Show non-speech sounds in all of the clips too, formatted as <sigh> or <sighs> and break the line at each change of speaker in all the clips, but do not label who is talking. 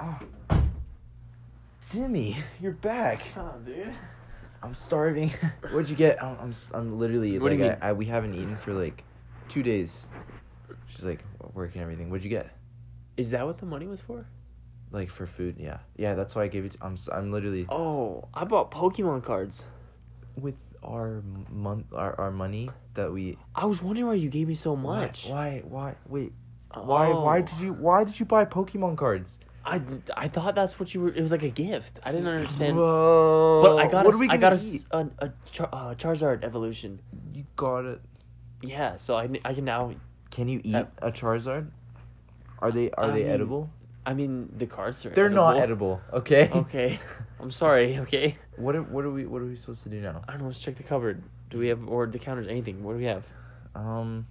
Oh. Jimmy, you're back.
What's up, dude?
I'm starving. <laughs> What'd you get? I'm, I'm, s- I'm literally
What do
like
you
I-
mean?
I, we haven't eaten for like two days. She's like working everything. What'd you get?
Is that what the money was for?
Like for food? Yeah, yeah. That's why I gave it. To, I'm s- I'm literally
Oh, I bought Pokemon cards.
with our month our, our money that we
I was wondering why you gave me so
Why-
much.
Why? Why? Wait. Why? Why
Oh.
did you? Why did you buy Pokemon cards?
I I thought that's what you were. It was like a gift. I didn't understand.
Whoa!
But I got
What
a,
are we
I got
gonna
a, s- a, a char, uh, Charizard evolution.
eat? You got it.
Yeah, so I, I can now.
Can you eat
Uh,
a Charizard? Are they Are
I
they
mean,
edible?
I mean, the cards are.
They're not edible. Okay. <laughs>
Okay, I'm sorry. <laughs> Okay,
What are, What are we What are we supposed to do now?
I don't know. Let's check the cupboard. Do we have or the counters? Anything? What do we have?
Um.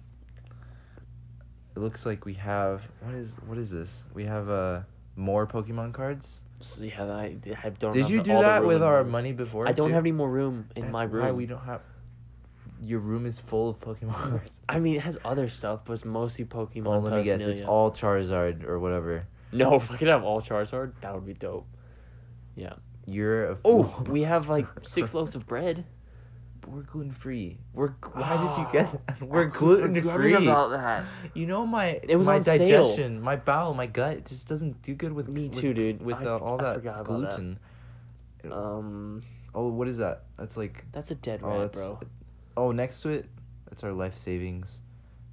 It looks like we have what is What is this? We have uh more Pokemon cards.
So, yeah, I, I don't.
Did
have
you
the-
do
all the
that
room
with
in-
our money before?
I don't
too?
have any more room in
That's
my room.
Why we don't have. Your room is full of
<laughs>
Pokemon cards.
I mean, it has other stuff, but it's mostly Pokemon.
Well, let me guess. It's
paraphernalia.
all Charizard or whatever.
No, <laughs> if I could have all Charizard, that would be dope. Yeah.
You're a
Oh,
fool.
we have like six loaves of bread.
We're gluten free. We're gl- why did you
<gasps>
get that? <laughs> We're gluten free.
that.
You know my
It was
my
on sale.
digestion, my bowel, my gut it just doesn't do good with
Me
with-
too, dude.
With
I-
uh, all
I
that
forgot about that.
gluten.
Um,
Oh, what is that? That's like
that's a dead
oh,
rat,
that's
bro.
oh next to it, that's our life savings.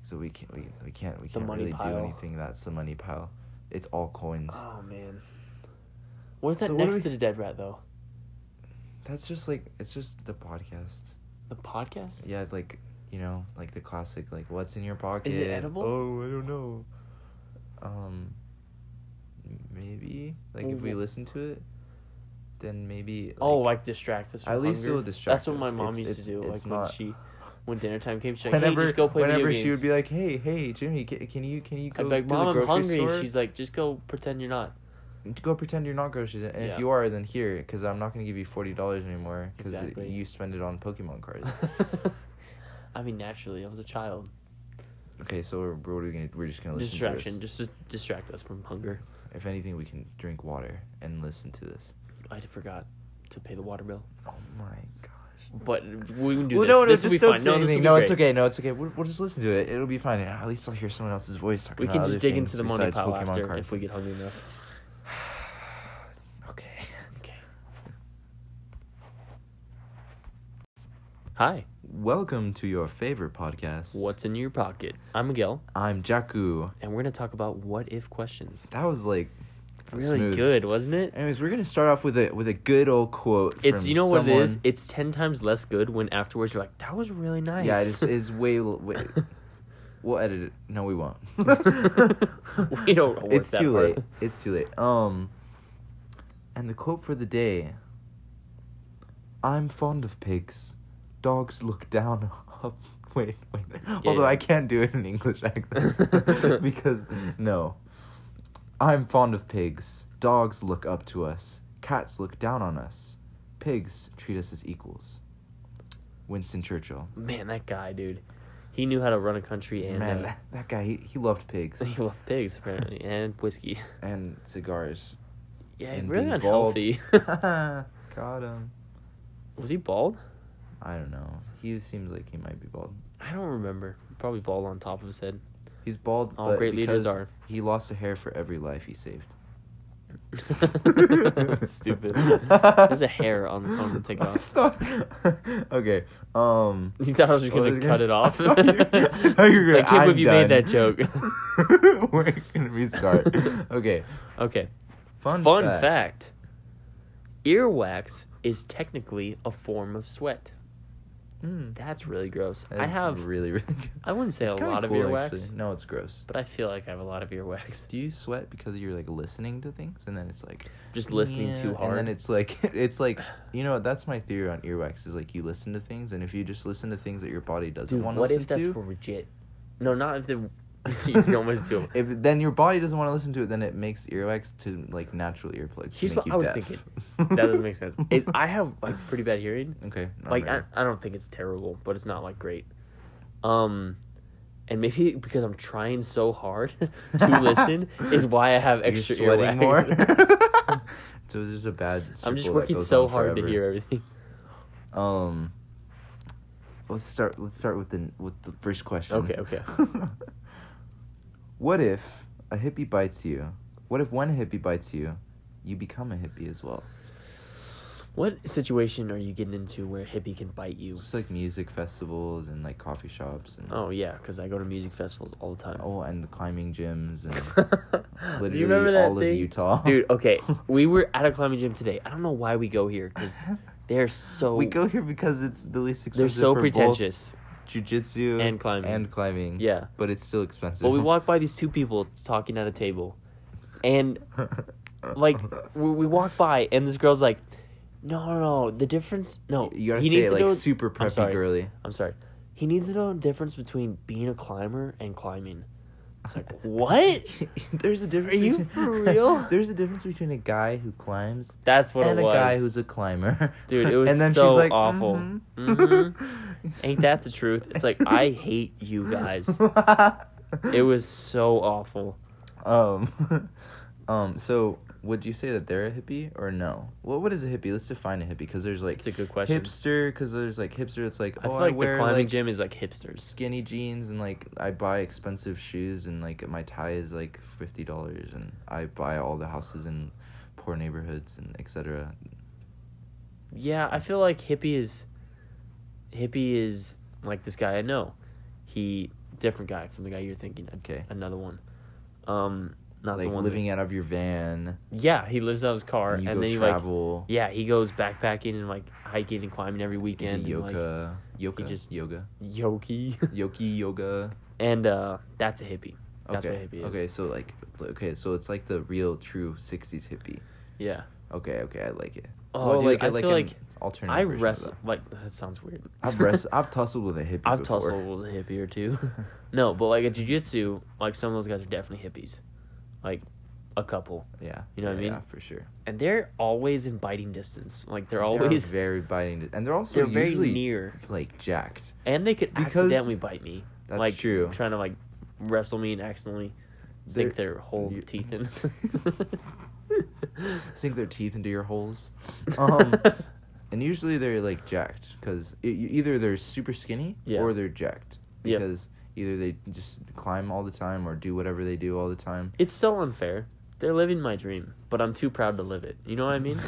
So we can't we, we can't we
The
can't
money
really
pile.
do anything. That's the money pile. It's all coins.
Oh man. What is that
So what do
next
we-
to the dead rat though?
That's just like it's just the podcast.
The podcast?
Yeah, it's like you know, like the classic, like what's in your pocket?
edible?
Oh, I don't know. Um, m- maybe like if we
Mhm.
listen to it, then maybe. Like,
oh, like distract us. From
at least it
hunger?
will distract
That's what my
us.
mom
It's-
used
it's-
to do.
it's
Like when
not-
she, when dinner time came, she's like,
whenever
"Hey, just go play
whenever
video
she would
games."
be like, hey, hey, Jimmy, can, can you can you go
I'd be like,
to the
"Mom, I'm
grocery
hungry."
store?
She's like, "Just go pretend you're not."
go pretend you're not groceries, and
Yeah.
if you are, then here, because I'm not gonna give you forty dollars anymore because
Exactly.
you spend it on Pokemon
<laughs>
cards.
I mean, naturally, I was a child.
okay, so we're, what are we gonna? We're just gonna listen to
Distraction,
this.
just to distract us from hunger.
If anything, we can drink water and listen to this.
I forgot to pay the water bill,
Oh my gosh.
but we can do
well,
this.
no, no,
this will
just
be
don't
fine.
say
No, this will
anything.
be
No,
great.
it's okay. No, it's okay. We'll, we'll just listen to it. It'll be fine. At least I'll hear someone else's voice talking
We
about
can just
other
dig
things
into the money
besides
pile
Pokemon
after
cards.
if we get hungry enough.
<sighs> Okay.
Okay. Hi,
Welcome to your favorite podcast.
what's in your pocket? I'm Miguel,
I'm Jaku.
and we're gonna talk about what if questions.
That was like
Really
smooth.
good, wasn't it?
Anyways, we're gonna start off with a with a good old quote.
It's
from
you know what it is.
someone-
It's ten times less good when afterwards you're like, "That was really nice."
Yeah, it is, is way,
<laughs>
l- way. We'll edit it. No, we won't.
We don't know
It's
what's that
too
part.
late. It's too late. Um, and the quote for the day. I'm fond of pigs. Dogs look down. <laughs> Up. Wait, wait. Although
yeah.
I can't do it in English
<laughs>
accent because no. I'm fond of pigs. Dogs look up to us. Cats look down on us. Pigs treat us as equals. Winston Churchill.
Man, that guy, dude, he knew how to run a country and
Man,
uh,
that,
<laughs>
that guy, he, he loved pigs
he loved pigs apparently and whiskey.
and cigars.
Yeah,
and
really
being bald. <laughs>
unhealthy. <laughs>
Got him.
was he bald?
I don't know. He seems like he might be bald.
I don't remember. Probably bald on top of his
<laughs>
head. <laughs>
He's bald,
All
but
great leaders
because
are.
he lost a hair for every life he
<laughs>
saved. <laughs>
Stupid. There's a hair on on the
I
takeoff.
thought- <laughs> okay. Um.
<laughs> You thought I was just
I
gonna
was
cut
gonna-
it
<laughs>
off?
I thought
<laughs>
you- I thought you were
It's like,
gonna-
can't
I'm
believe you made that
done. <laughs>
joke. <laughs>
We're gonna restart. Okay.
Okay.
Fun, fact.
fact. Earwax is technically a form of sweat.
Hmm.
That's really gross.
That
I
is
have
really really. <laughs> Good.
I wouldn't say
It's
a
kinda
lot
cool,
of earwax,
actually. No, it's gross.
but I feel like I have a lot of earwax.
Do you sweat because you're like listening to things and then it's like
Just listening
"Yeah,"
too hard.
And then it's like <laughs> it's like you know that's my theory on earwax is like you listen to things and if you just listen to things that your body doesn't
Dude,
want to
what
listen
if that's
to <laughs>
for legit? No, not if the <laughs> you can almost do. it.
If then your body doesn't want to listen to it, then it makes earwax to like natural earplugs. to
Here's
make
what
you
I was
deaf.
thinking.
<laughs>
That doesn't make sense. It's, I have like pretty bad hearing.
okay.
Like I,
remember.
I don't think it's terrible, but it's not like great. Um, and maybe <laughs> because I'm trying so hard <laughs>
<laughs>
to listen is why I
Are
have
you
extra
sweating
earwax.
more? <laughs> so it's just a bad.
<laughs> I'm
circle
just
that
working
goes
so
on
hard to
forever.
hear everything.
Um, let's start. Let's start with the with the first question.
Okay, okay.
<laughs> what if a hippie bites you? What if when a hippie bites you, you become a hippie as well?
What situation are you getting into where a hippie can bite you?
Just like music festivals and like coffee shops and
Oh yeah, because I go to music festivals all the time.
oh, and the climbing gyms and <laughs>
<laughs> Do
literally
you remember that
all
thing?
of Utah, <laughs>
Dude, okay, we were at a climbing gym today. I don't know why we go here because they're so
we go here because it's the least expensive.
they're so
for both
pretentious.
jujitsu
And climbing.
and climbing.
Yeah.
but it's still expensive.
But we walked by these two people talking at a table,
<laughs>
and like we, we walked by, and this girl's like, "No, no, no. The difference, no.
you gotta
he
say
needs
it,
to
like
know,
super
I'm
preppy
sorry.
girly.
I'm sorry. He needs to know the difference between being a climber and climbing. It's like what?
<laughs> there's a difference.
Are you
between- <laughs>
for real?
there's a difference between a guy who climbs
That's what
and
it
a
was.
guy who's a climber.
Dude,
<laughs>
it was so awful.
"Mhm."
Mhm. Ain't that
<laughs>
the truth? It's like I hate you guys. It was so awful.
Um, <laughs> um. So, would you say that they're a hippie or no? Well, what is a hippie? Let's define a hippie because there's like
It's a good question.
hipster. Because there's like hipster. It's like
I
oh,
feel
I
like
wear
the climbing
like
gym is like hipsters.
skinny jeans and like I buy expensive shoes and like my tie is like fifty dollars and I buy all the houses in poor neighborhoods and etc.
Yeah, I feel like hippie is hippie is like this guy I know. He different guy from the guy you're thinking. of.
Okay.
Another one. Um not
Like
the one that-
living out of your van.
Yeah, he lives out of his car
you
and
go
then he like
travel.
Yeah, he goes backpacking and like hiking and climbing every
you
weekend.
do
and, like,
yoga. yoga.
just- <laughs>
yoga.
yogi.
Yogi yoga.
and uh that's a hippie. That's
okay.
what hippie is.
Okay, so like okay, so it's like the real true sixties hippie.
Yeah.
Okay, okay, I like it.
Oh, dude, I feel
an
like
alternative.
I
version of
wrestle
that.
like that sounds weird. <laughs>
I've wrestled I've tussled with a hippie
I've
before.
tussled with a hippie or
<laughs>
two. <laughs> no, but like at jujitsu, like some of those guys are definitely hippies. Like a couple.
Yeah.
You know what I
yeah,
mean?
Yeah, for sure.
And they're always in biting distance. Like they're
They're
always
very biting, and they're also
they're very
usually
near.
like jacked.
And they could
Because-
accidentally bite me.
That's
like
true.
Trying to like wrestle me and accidentally sink
They're-
their whole
you-
teeth <laughs> in.
<laughs> <laughs> Sink their teeth into your
<laughs>
holes. Um, and usually they're like jacked because either they're super skinny
Yeah.
or they're jacked
Yeah.
because either they just climb all the time or do whatever they do all the time.
It's so unfair. They're living my dream, but I'm too proud to live it. You know what
<laughs>
I mean?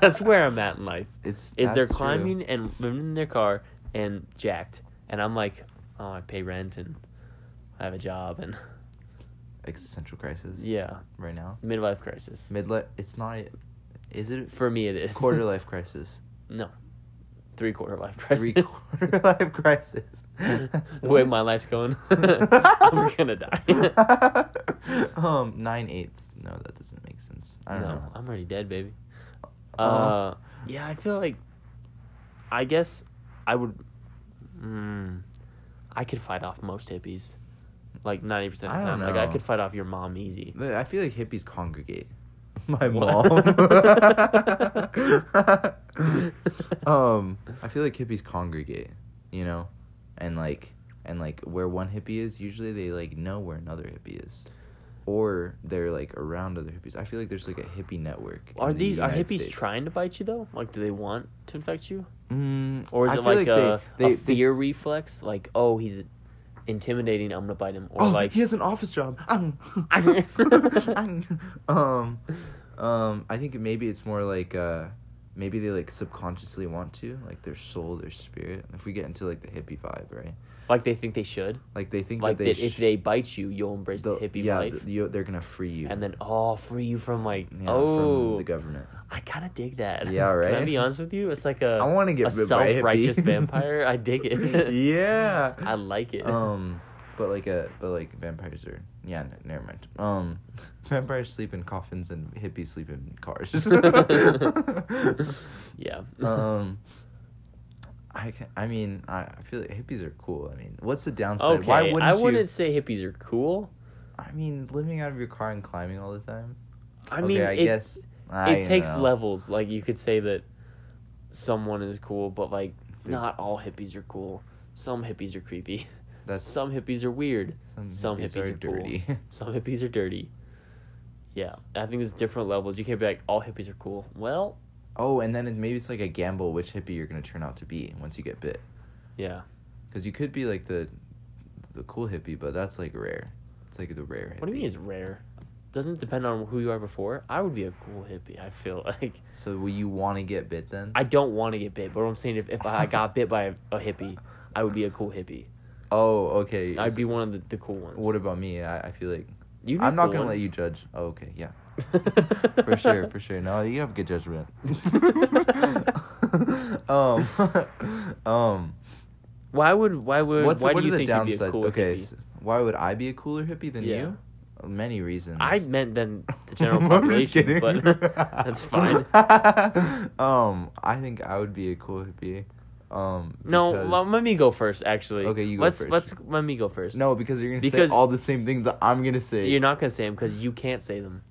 That's where I'm at in life.
It's
Is they're
that's true.
climbing and living in their car and jacked, and I'm like, oh, I pay rent and I have a job and
existential crisis.
yeah,
right now
midlife crisis.
midlife. It's not. Is it
For me, it is <laughs>
quarter life crisis?
no, three quarter life crisis.
Three quarter <laughs> life crisis.
<laughs> the way my
<laughs>
life's going, <laughs> I'm gonna die.
um, nine eighths. No, that doesn't make sense. I don't
no,
know.
I'm already dead, baby.
Uh.
Uh, yeah, I feel like, I guess, I would, mm, I could fight off most hippies, like ninety percent of the
I don't
time. Like I
know.
could fight off your mom easy.
But I feel like hippies congregate. <laughs> My
What? <laughs>
mom. um, I feel like hippies congregate, you know, and like and like where one hippie is, usually they like know where another hippie is, or they're like around other hippies. I feel like there's like a hippie network.
Are
in the
these are
United
hippies
States.
trying to bite you though? Like, do they want to infect you,
Mm,
or is
I
it
feel
like, a,
they, they,
a fear reflex? Like, oh, he's intimidating. I'm gonna bite him, or
oh,
like,
he has an office job. <laughs> Um, um, um, I think maybe it's more like uh, maybe they like subconsciously want to, like their soul, their spirit. If we get into like the hippie vibe, right?
<laughs> like they think they should.
Like they think
Like
that they
that, if
sh-
they bite you, you'll embrace the,
they'll-
hippie
yeah,
life.
th- you, they're gonna free you.
and then oh free you from like
yeah,
oh
from the government.
i kind of dig that
Yeah,
<laughs> can i
right?
be honest with you it's like a
I want to get
a
bit by a <laughs>
self-righteous
hippie.
vampire i
<laughs>
dig it
yeah.
i like it
um, but like a but like vampires are yeah. n never mind. Um, <laughs> vampires sleep in coffins and hippies sleep in
<laughs>
cars. <laughs>
yeah <laughs>
um I can, I mean I I feel like hippies are cool. I mean, what's the downside? Why
Okay,
wouldn't
i
you?
wouldn't say hippies are cool
I mean, living out of your car and climbing all the time.
i
okay,
mean
I
it,
guess I
it takes
know.
levels like you could say that someone is cool but like
Dude.
not all hippies are cool some hippies are creepy
That's
<laughs> some hippies are weird. Some, hippies, are,
dirty. <laughs>
cool. Some hippies are dirty. Yeah, I think there's different levels. You can't be like all hippies are cool. Well,
oh, and then it, maybe it's like a gamble which hippie you're gonna turn out to be once you get bit,
yeah.
because you could be like the the cool hippie, but that's like rare. It's like the rare. Hippie.
What do you mean it's rare? Doesn't it depend on who you are before? I would be a cool hippie. I feel <laughs> like
So will you want to get bit then?
I don't want to get bit, but what I'm saying if, if I got bit by a, a hippie, I would be a cool hippie.
oh, okay.
I'd be one of the, the cool ones.
What about me? I, I feel like
You'd be
I'm not
cool
gonna
one.
let you judge. Oh, okay, yeah.
<laughs> you
for sure, for sure. No, you have good judgment. um, um,
Why would why would
what's
why
what are
do you
the
think you'd be a
downsides?
cool
okay,
hippie?
s- why would I be a cooler hippie than
Yeah.
you? Many reasons.
I meant then the
<laughs>
general
I'm just
population,
kidding.
but <laughs>
<laughs>
that's fine.
um, I think I would be a cool hippie. Um,
No,
because-
let, let me go first. Actually,
Okay, you go
let's
first.
let's let me go first.
no, because you're gonna
because-
say all the same things that I'm gonna say.
you're not gonna say them because you can't say them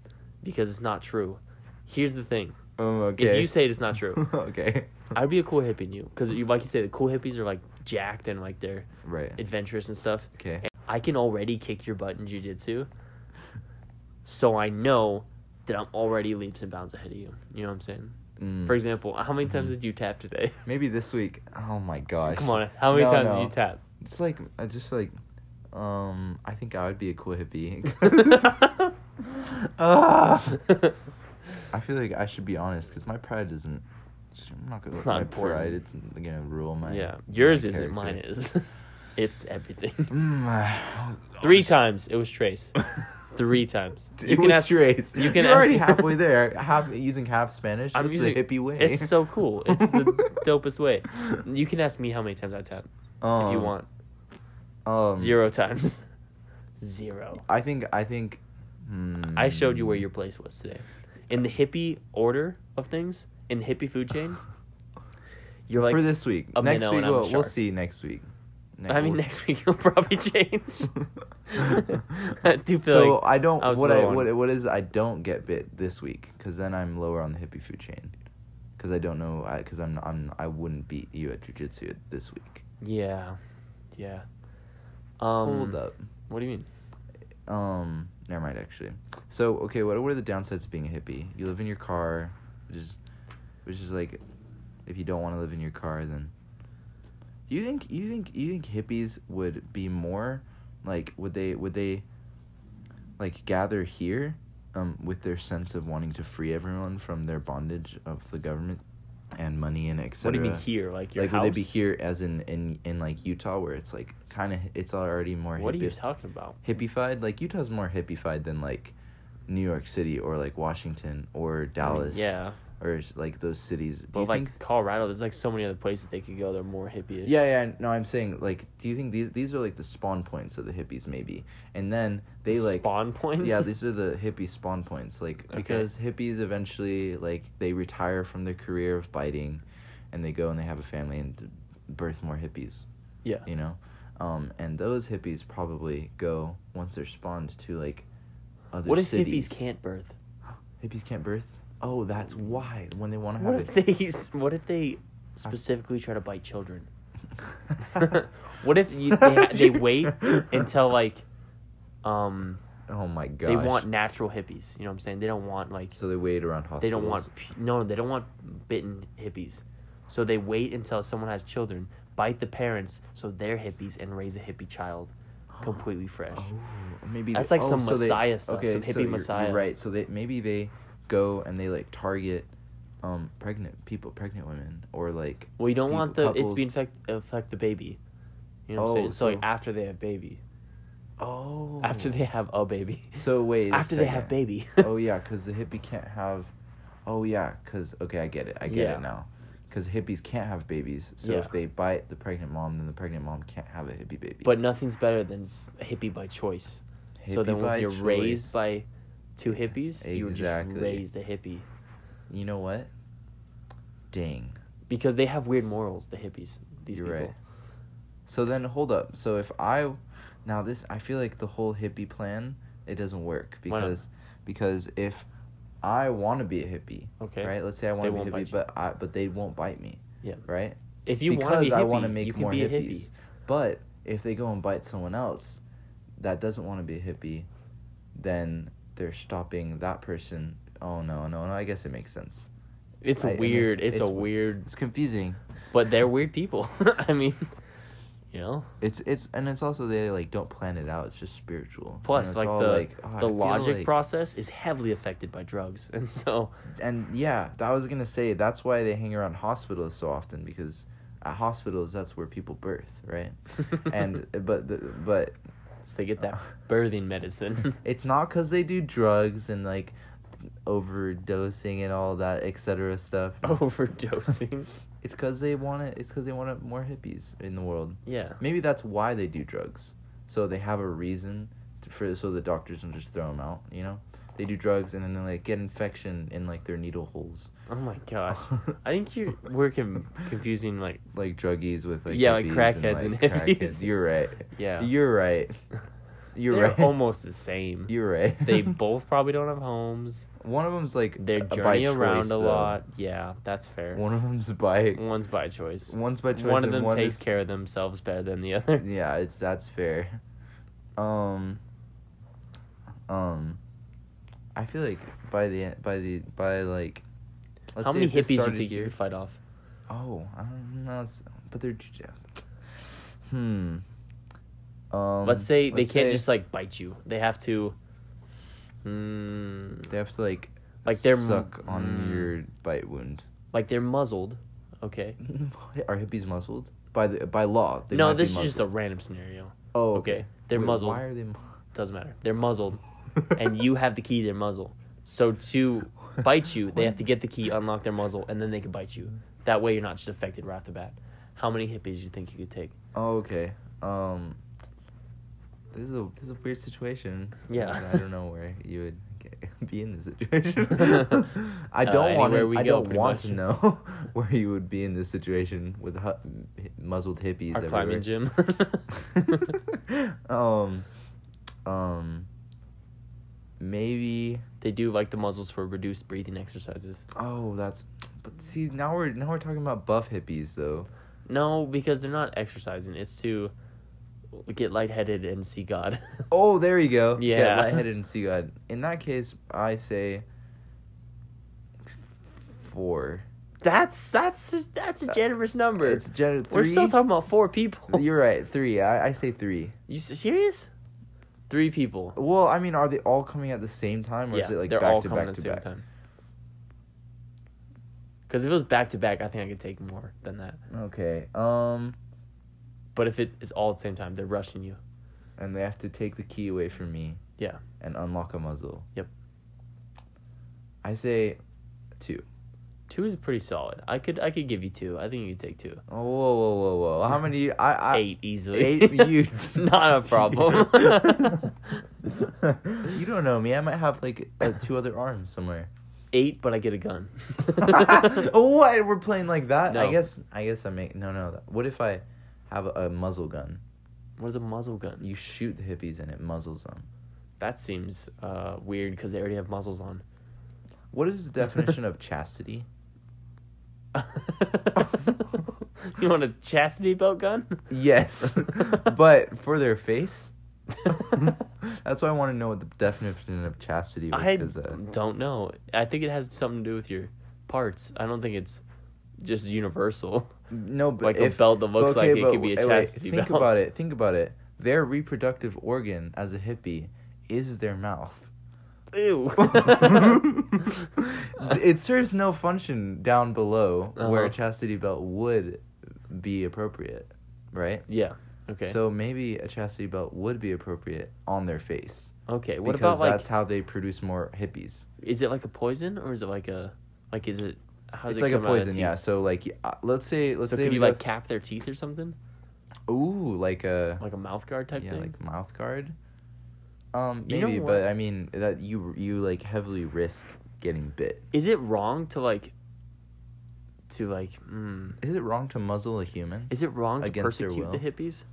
because it's not true. Here's the thing:
Um, okay.
if
<laughs>
you say it's not true, <laughs>
okay.
I'd be a cool hippie in you because you like you say the cool hippies are like jacked and like they're
Right.
adventurous and stuff.
Okay.
And I can already kick your butt in jujitsu, so I know that I'm already leaps and bounds ahead of you. You know what I'm saying?
Mm. Mm-hmm.
For example, how many times did you tap today?
Maybe this week. Oh my gosh.
<laughs> Come on, how many
No,
times
no.
did you tap?
It's like I just like, um, I think I would be a cool <laughs> hippie.
<laughs>
Ah. I feel like I should be honest because my pride isn't. I'm not gonna.
It's
let
not
my
important.
pride. It's gonna rule my.
yeah, yours
my
isn't, mine
character.
is. <laughs> it's everything.
<laughs> Mm, <laughs>
Three times it was Trace. Three times.
It was Trace.
you can
You're already
ask- <laughs>
halfway there. Half using half Spanish.
I'm
it's
using-
the hippie way.
It's so cool. It's
<laughs>
the dopest way. You can ask me how many times I tap if you
Um,
want.
Um,
Zero times. <laughs> Zero.
I think. I think. Hmm.
I showed you where your
<sighs>
place was today. In the hippie order of things, in the hippie food chain, you're like
for this week.
a
next
minnow
week
and I'm a
we'll, we'll
shark.
see. Next week. Ne-
I
we'll
mean,
see.
next week you'll probably <laughs> change.
<laughs>
I do feel
so
like
I don't.
I was
what I
low on-
what what is I don't get bit this week because then I'm lower on the hippie food chain, because I don't know because I'm I'm I wouldn't beat you at jujitsu this week.
yeah, yeah. Um,
Hold up.
What do you mean?
Um. Never mind. Actually. So okay. What what are the downsides of being a hippie? You live in your car, which is, which is like, if you don't want to live in your car, then. You think you think you think hippies would be more, like would they would they. Like gather here, um, with their sense of wanting to free everyone from their bondage of the government, and money and etc
What do you mean here? Like your
like
house?
would they be here as in in in like Utah where it's like kind of it's already more
What are you
hippie-
talking about?
hippified. Like Utah's more hippified than like New York City or like Washington or
I mean,
Dallas
yeah,
or like those cities. Do
but
you
like
think?
Colorado, there's like so many other places they could go. They're more hippie.
Yeah, yeah. No, I'm saying like, do you think these these are like the spawn points of the hippies maybe? And then they like
spawn points.
Yeah, these are the hippie spawn points. Like
Okay.
because hippies eventually like they retire from their career of biting, and they go and they have a family and birth more hippies.
yeah.
you know um, and those hippies probably go once they're spawned to like other
What if
cities.
hippies can't birth?
<gasps> hippies can't birth oh that's why when they want to
What
have
if
it
they? What if they specifically try to
<laughs>
bite children? <laughs> what if you, they, ha- they wait until like, um,
<laughs> oh my gosh
they want natural hippies. You know what I'm saying? They don't want like
so they wait around hospitals
they don't want pu- no, they don't want bitten hippies. So they wait until someone has children, bite the parents, so they're hippies and raise a hippie
<gasps>
child, completely fresh.
oh, maybe
That's
they-
like some
oh, so they-
messiah stuff, some hippie
you're- you're
messiah.
right so they maybe they go and they like target um pregnant people pregnant women or like
Well, you don't
people-
want the it's
couples.
being affect affect the baby. You know what I'm
Oh,
saying? So, like
so-
after they have baby,
oh
after they have a baby,
so wait
<laughs>
a
after they have
second.
baby.
<laughs> oh yeah, because the hippie can't have. Oh yeah, because okay, I get it. I get
Yeah.
it now. Because hippies can't have babies, so
Yeah.
if they bite the pregnant mom, then the pregnant mom can't have a hippie baby.
<laughs> But nothing's better than a hippie by choice. so
Hippie
then
by
when you're raised
choice.
by two hippies, you just
Exactly.
raised a hippie.
you know what? Dang,
Because they have weird morals, the hippies, these
you're
people.
right. So then hold up. So if I, now this I feel like the whole hippie plan it doesn't work
Why not?
because because if I want to be a hippie,
Okay.
right? Let's say I want
They
to
won't
be a hippie,
bite
but I but they won't bite me,
Yeah.
right?
If you want to
because
be
I
hippie,
want to
you
make
can
more
be a
hippies.
hippie.
But if they go and bite someone else that doesn't want to be a hippie, then they're stopping that person. Oh no, no, no! I guess it makes sense.
It's
I- I mean,
weird. it's, a
it's-
weird,
It's confusing.
but they're weird people. <laughs> I mean, you know.
It's it's and it's also they like don't plan it out. It's just spiritual. And
Plus,
it's
like
all
the
oh, I
the
feel
logic
like-
process is heavily affected by drugs, <laughs> and so
And yeah, that- I was gonna say that's why they hang around hospitals so often because at hospitals that's where people birth, right? and uh, but the, but
<laughs> so they get that birthing
<laughs>
medicine.
it's not because they do drugs and like overdosing and all that etc stuff.
<laughs> Oh. overdosing.
It's because they want it. It's because they want it more hippies in the world.
Yeah.
Maybe that's why they do drugs. So they have a reason to, for so the doctors don't just throw them out. You know, they do drugs and then they like get infection in like their needle holes.
Oh my
<laughs>
gosh. I think you we're com- confusing like
like druggies with like
Yeah, like
hippies
crackheads and
like,
hippies.
You're right.
Yeah. <laughs>
You're right. You're
they're
right.
almost the same.
<laughs> You're right. <laughs>
they both probably don't have homes.
One of them's like
They
uh, by
journey around
choice,
a
though.
lot. Yeah, that's fair.
One of them's by
One's by choice.
one's by choice.
one of
and
them
one
takes
is-
care of themselves better than
<laughs>
the other.
Yeah, it's that's fair. Um. Um. I feel like by the en- by the by like. Let's
How
say
many
if this
hippies do you
started
think you
here-
could fight off?
Oh, I don't know. It's, but they're. ju- Hmm. Um,
let's say they
let's
can't
say-
just like bite you. They have to. hmm, Mm,
They have to like,
Like, they're m-
suck on
mm.
your bite wound. <laughs>
like they're muzzled. Okay.
Are hippies muzzled by the by law? They might
no,
be
this is just a
muzzled.
random scenario.
oh
okay. They're
Wait,
muzzled.
Why are they? mu-
Doesn't matter. They're muzzled, <laughs> and you have the key to their muzzle. So to bite you, they have to get the key, unlock their muzzle, and then they can bite you. That way, you're not just affected right off the bat. How many hippies do you think you could take?
<laughs> Oh, okay. Um. This is a this is a weird situation.
Yeah.
I don't know where you would get, <laughs> be in this
<laughs>
situation. I
Uh,
don't want
anywhere
to.
we
I
go,
don't
pretty
want
much.
to know <laughs> where you would be in this situation with hu- muzzled hippies.
Our climbing
everywhere.
gym.
<laughs>
<laughs>
um, um, maybe.
they do like the muzzles for reduced breathing exercises.
Oh, that's. But see, now we're now we're talking about buff hippies though.
No, because they're not exercising. It's to get lightheaded and see God. <laughs>
Oh, there you go.
Yeah. <laughs>
Get lightheaded and see God. In that case, I say four.
That's that's that's a generous number.
Uh, It's gen- 3
We're still talking about four people.
You're right. Three. I, I say three.
You s- serious? Three people.
Well, I mean, are they all coming at the same time, or
Yeah,
is it like
they're
back
all
to
coming
back
at the
to
same
back?
time. Because if it was back to back, I think I could take more than that.
Okay. Um,
But if it is all at the same time, they're rushing you.
and they have to take the key away from me.
Yeah.
And unlock a muzzle.
Yep.
I say two.
Two is pretty solid. I could I could give you two. I think you could take two.
Oh, whoa, whoa, whoa, whoa!
<laughs>
How many? I, I
Eight easily.
Eight,
<laughs>
you
Not a problem.
<laughs> you don't know me. I might have like uh, two other arms
<laughs>
somewhere.
Eight, but I get a
<laughs>
gun. <laughs>
what? We're playing like that? I
No.
guess. I guess I make no, no. What if I have a, a muzzle gun?
What is a muzzle gun?
You shoot the hippies and it muzzles them.
That seems uh, weird because they already have muzzles on. <laughs>
What is the definition of chastity?
you want a chastity belt gun?
Yes, <laughs>
<laughs>
but for their face. That's why I want to know what the definition of chastity was.
I
'cause, uh,
don't know. I think it has something to do with your parts. I don't think it's just universal.
No, but
Like a
if,
belt that looks like it
but
could be a
w- wait,
chastity
think
belt.
about it. Think about it. Their reproductive organ as a hippie is their mouth.
Ew.
Mm. <laughs> it serves no function down below where a
Uh-huh.
chastity belt would be appropriate, right?
<laughs> yeah. Okay.
So maybe a chastity belt would be appropriate on their face
okay. What
because
about like?
that's how they produce more hippies.
Is it like a poison or is it like a like? Is it? How's
It's
it
like a
come out of the
poison,
teeth?
yeah. So like, y- uh, let's say, let's
so
say
could
we
you
go
like
th-
cap their teeth or something?
ooh, like a
Like a mouth guard type
yeah,
thing.
like mouth guard. Um,
You know
maybe,
what?
but I mean that you you like heavily risk getting bit.
Is it wrong to like? To like, mm,
Is it wrong to muzzle a human?
is it wrong to
Against their
persecute the
will?
hippies?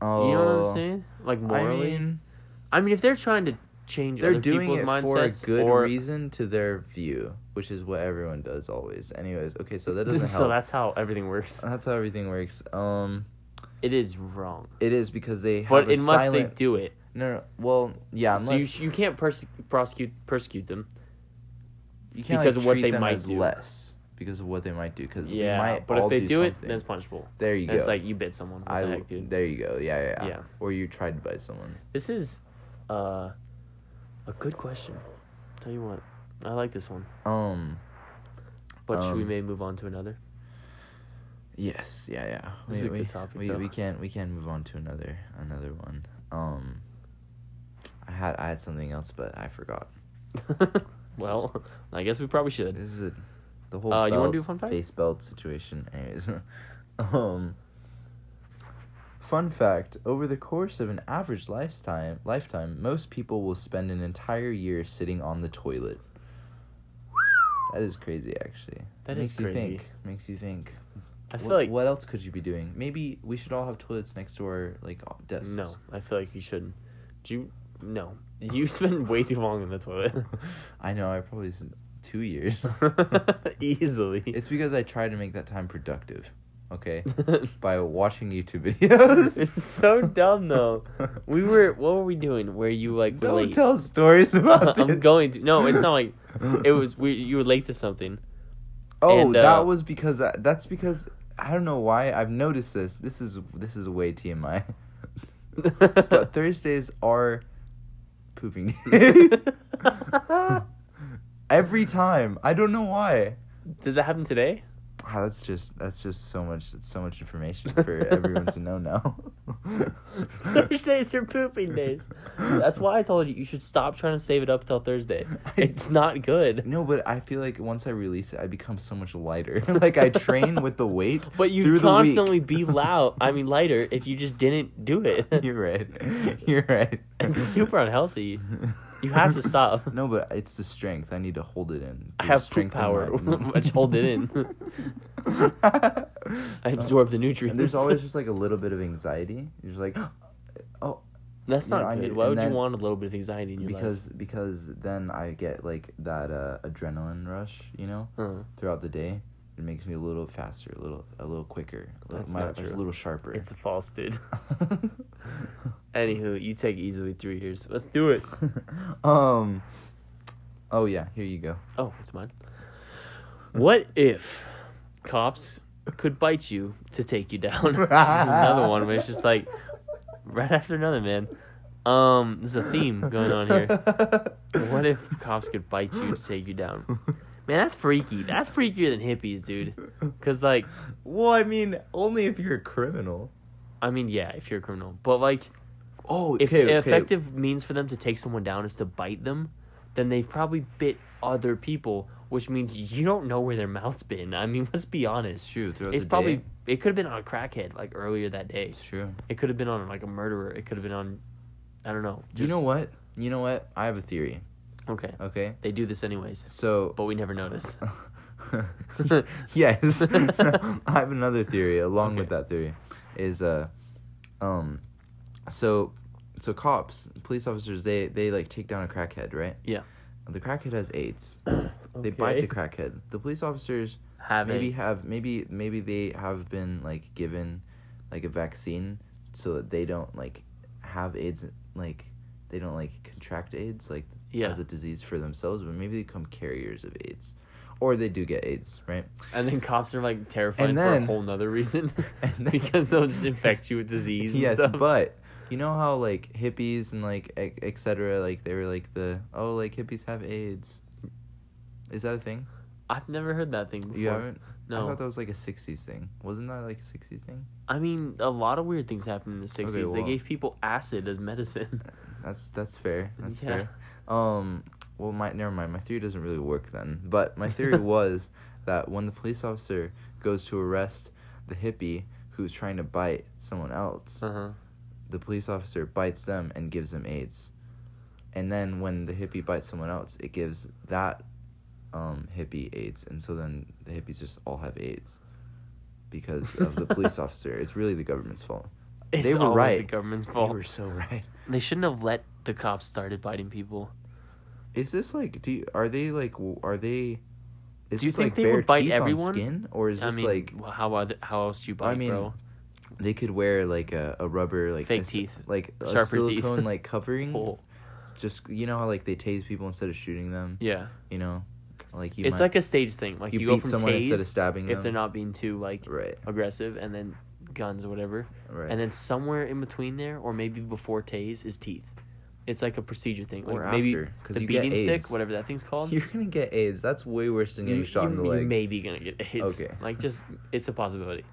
Oh,
You know what I'm saying? Like
I
morally.
mean,
I mean, if they're trying to change
they're
other
doing
people's
it for a
mindsets,
good
or
reason to their view, which is what everyone
<laughs>
does always. Anyways, okay, so that doesn't
this,
help. Uh,
so that's how everything works.
That's how everything works. Um,
It is wrong.
It is because they have
But
a
unless
silent.
they do it,
no, no, well, yeah. Unless,
so you, sh- you can't perse- prosecute persecute them.
you can't
because
like,
of what
treat
they
them
might
as
do.
less because of what they might do. Because
Yeah,
we might
but if
all
they
do,
do,
something.
it, then it's punishable.
there you
And
go.
it's like you bit someone. What
I
the
w-
heck, dude?
there you go. Yeah, yeah, yeah.
Yeah.
Or you tried to bite someone.
This is uh, a good question. Tell you what, I like this one.
Um.
But should we
Um,
may move on to
<laughs>
another?
Yes. Yeah. Yeah.
This is a good
we,
topic,
We,
though.
we can we can move on to another another one. Um. I had I had something else, but I forgot.
well, I guess we probably should.
This is a, the whole.
Uh, you wanna
belt-
do a fun fact?
Face belt situation, anyways. <laughs> um. Fun fact: Over the course of an average lifetime, lifetime, most people will spend an entire year sitting on the toilet. That is crazy, actually.
That
Makes
is
you
crazy.
think. Makes you think.
I feel
what,
like
what else could you be doing? Maybe we should all have toilets next to our like o- desks.
no. I feel like you shouldn't. Do you? No, you <laughs> spend way too long in
<laughs>
the toilet. <laughs>
I know. I probably s- two years.
Easily.
it's because I try to make that time productive. Okay.
<laughs>
by watching YouTube videos.
It's so dumb, though. we were. What were we doing? Where you like were
Don't
late?
tell stories about this.
<laughs> I'm going to. No, it's not like <laughs> it was. We you were late to something.
<laughs> Oh,
and, uh,
that was because I, that's because I don't know why I've noticed this. This is this is way
<laughs>
TMI. but Thursdays are
<laughs>
pooping days. Every time. I don't know why.
Did that
<laughs>
happen today? <laughs>
Wow, that's just that's just so much that's so much information for everyone to know now.
<laughs>
<laughs>
Thursdays are pooping days. That's why I told you you should stop trying to save it up
<laughs>
till Thursday. It's not good.
No, but I feel like once I release it, I become so much lighter. <laughs> like I train with the weight,
<laughs> But you
through
constantly
the
be loud. I mean lighter if you just didn't do
week. <laughs>
it.
You're right. You're right.
It's super unhealthy. You have to
<laughs>
stop.
No, but it's the strength. I need to hold it in.
I
The
have poop
strength of
power.
my-
<laughs>
<laughs>
I just hold it in. I absorb the nutrients.
And there's
<laughs>
always just like a little bit of anxiety. You're just like, <gasps> oh,
<laughs> That's
you know,
not
I
good.
need-
Why
and
would you
then-
want a little bit of anxiety in your
because because then I get like that uh, adrenaline rush, you know,
life? Because
throughout the day. It makes me a little faster, a little a little quicker. a little-
That's
my-
not
just
true.
A little sharper.
it's a false, dude. <laughs> Anywho, you take easily three years. Let's do it.
<laughs> um. Oh yeah, here you go.
Oh, it's mine. What if cops could bite you to take you down? <laughs> There's another one, but it's just like right after another, man. Um, there's a theme going
<laughs>
on here. What if cops could bite you to take you down? Man, that's freaky. That's freakier than hippies, dude. Cause like,
Well, I mean, only if you're a criminal.
I mean, yeah, if you're a criminal, but like,
Oh,
if
okay, okay.
effective means for them to take someone down is to bite them, then they've probably bit other people, which means you don't know where their mouth's been. I mean, let's be honest.
It's true. Throughout
It's
the
probably
day.
it could have been on a crackhead like earlier that day.
It's true.
It could have been on like a murderer. It could have been on, I don't know.
you
just-
know what? You know what? I have a theory.
Okay,
Okay,
they do this anyways,
so.
but we never notice.
<laughs> yes, I have another theory along with
Okay.
that theory, is uh, um, so, so cops, police officers, they they like take down a crackhead, right?
Yeah.
The crackhead has AIDS. They bite the crackhead. The police officers
Have
maybe
AIDS.
have maybe maybe they have been like given like a vaccine so that they don't like have AIDS like they don't like contract AIDS like
Yeah.
as a disease for themselves, but maybe they become carriers of AIDS. Or they do get AIDS, right?
and then cops are like terrified
And
for a
then-
whole nother reason,
<laughs>
<laughs>
And then-
because they'll just infect you
<laughs>
with disease. and
yes,
stuff.
but you know how like hippies and like e- et cetera, like they were like the oh like hippies have AIDS. Is that a thing?
I've never heard that thing. Before.
You haven't? I
No.
thought that was like a '60s thing. Wasn't that like a '60s thing?
I mean, a lot of weird things happened in the 60s. They
well-
gave people acid as medicine.
That's that's fair. That's
Yeah.
fair. Um, well, my never mind. My theory doesn't really work then. But my
<laughs>
theory was that when the police officer goes to arrest the hippie who's trying to bite someone else,
<laughs> Uh-huh.
the police officer bites them and gives them AIDS. And then when the hippie bites someone else, it gives that um, hippie AIDS, and so then the hippies just all have AIDS because of the
<laughs>
police officer. It's really the government's fault.
It's
They were
always the
right.
government's
They
fault.
were so right.
They shouldn't have let the cops started biting people.
Is this like? Do you, are they like? w- Are they? Is
Do you
this
think
like
they
bare
would bite
teeth on
everyone?
Skin or is
I
this
mean,
like?
wh- how other, how else do you bite,
mean,
bro?
they could wear like a, a rubber like
Fake
a s-
teeth.
like a
Sharper teeth.
silicone
<laughs>
like covering.
Cool.
Just you know how like they tase people instead of shooting them.
Yeah.
You know, like you.
it's
might,
like a stage thing. Like you,
you
go
beat
from
someone instead of
tase,
stabbing
if they're
them.
not being too like
right,
aggressive, and then guns or whatever,
right.
and then somewhere in between there, or maybe before tase, is teeth. It's like a procedure thing. Like
Or
maybe
after, 'cause
the
you get
beating stick,
AIDS.
whatever that thing's
<laughs>
called.
you're gonna get AIDS. That's way worse than getting
you-
shot in the
you- you
leg.
may be gonna get <laughs> AIDS.
Okay.
Like just it's a possibility.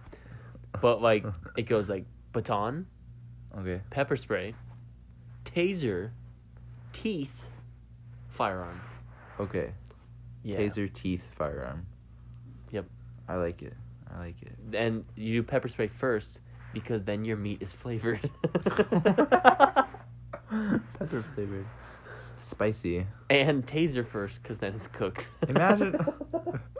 <laughs>
But like it goes like baton,
okay.
pepper spray, taser, teeth, firearm.
Okay.
Yeah.
Taser, teeth, firearm.
Yep.
I like it. I like it.
And you do pepper spray first because then your meat is
<laughs>
flavored. <laughs>
Pepper flavored. It's spicy.
and taser first because then it's cooked.
Imagine.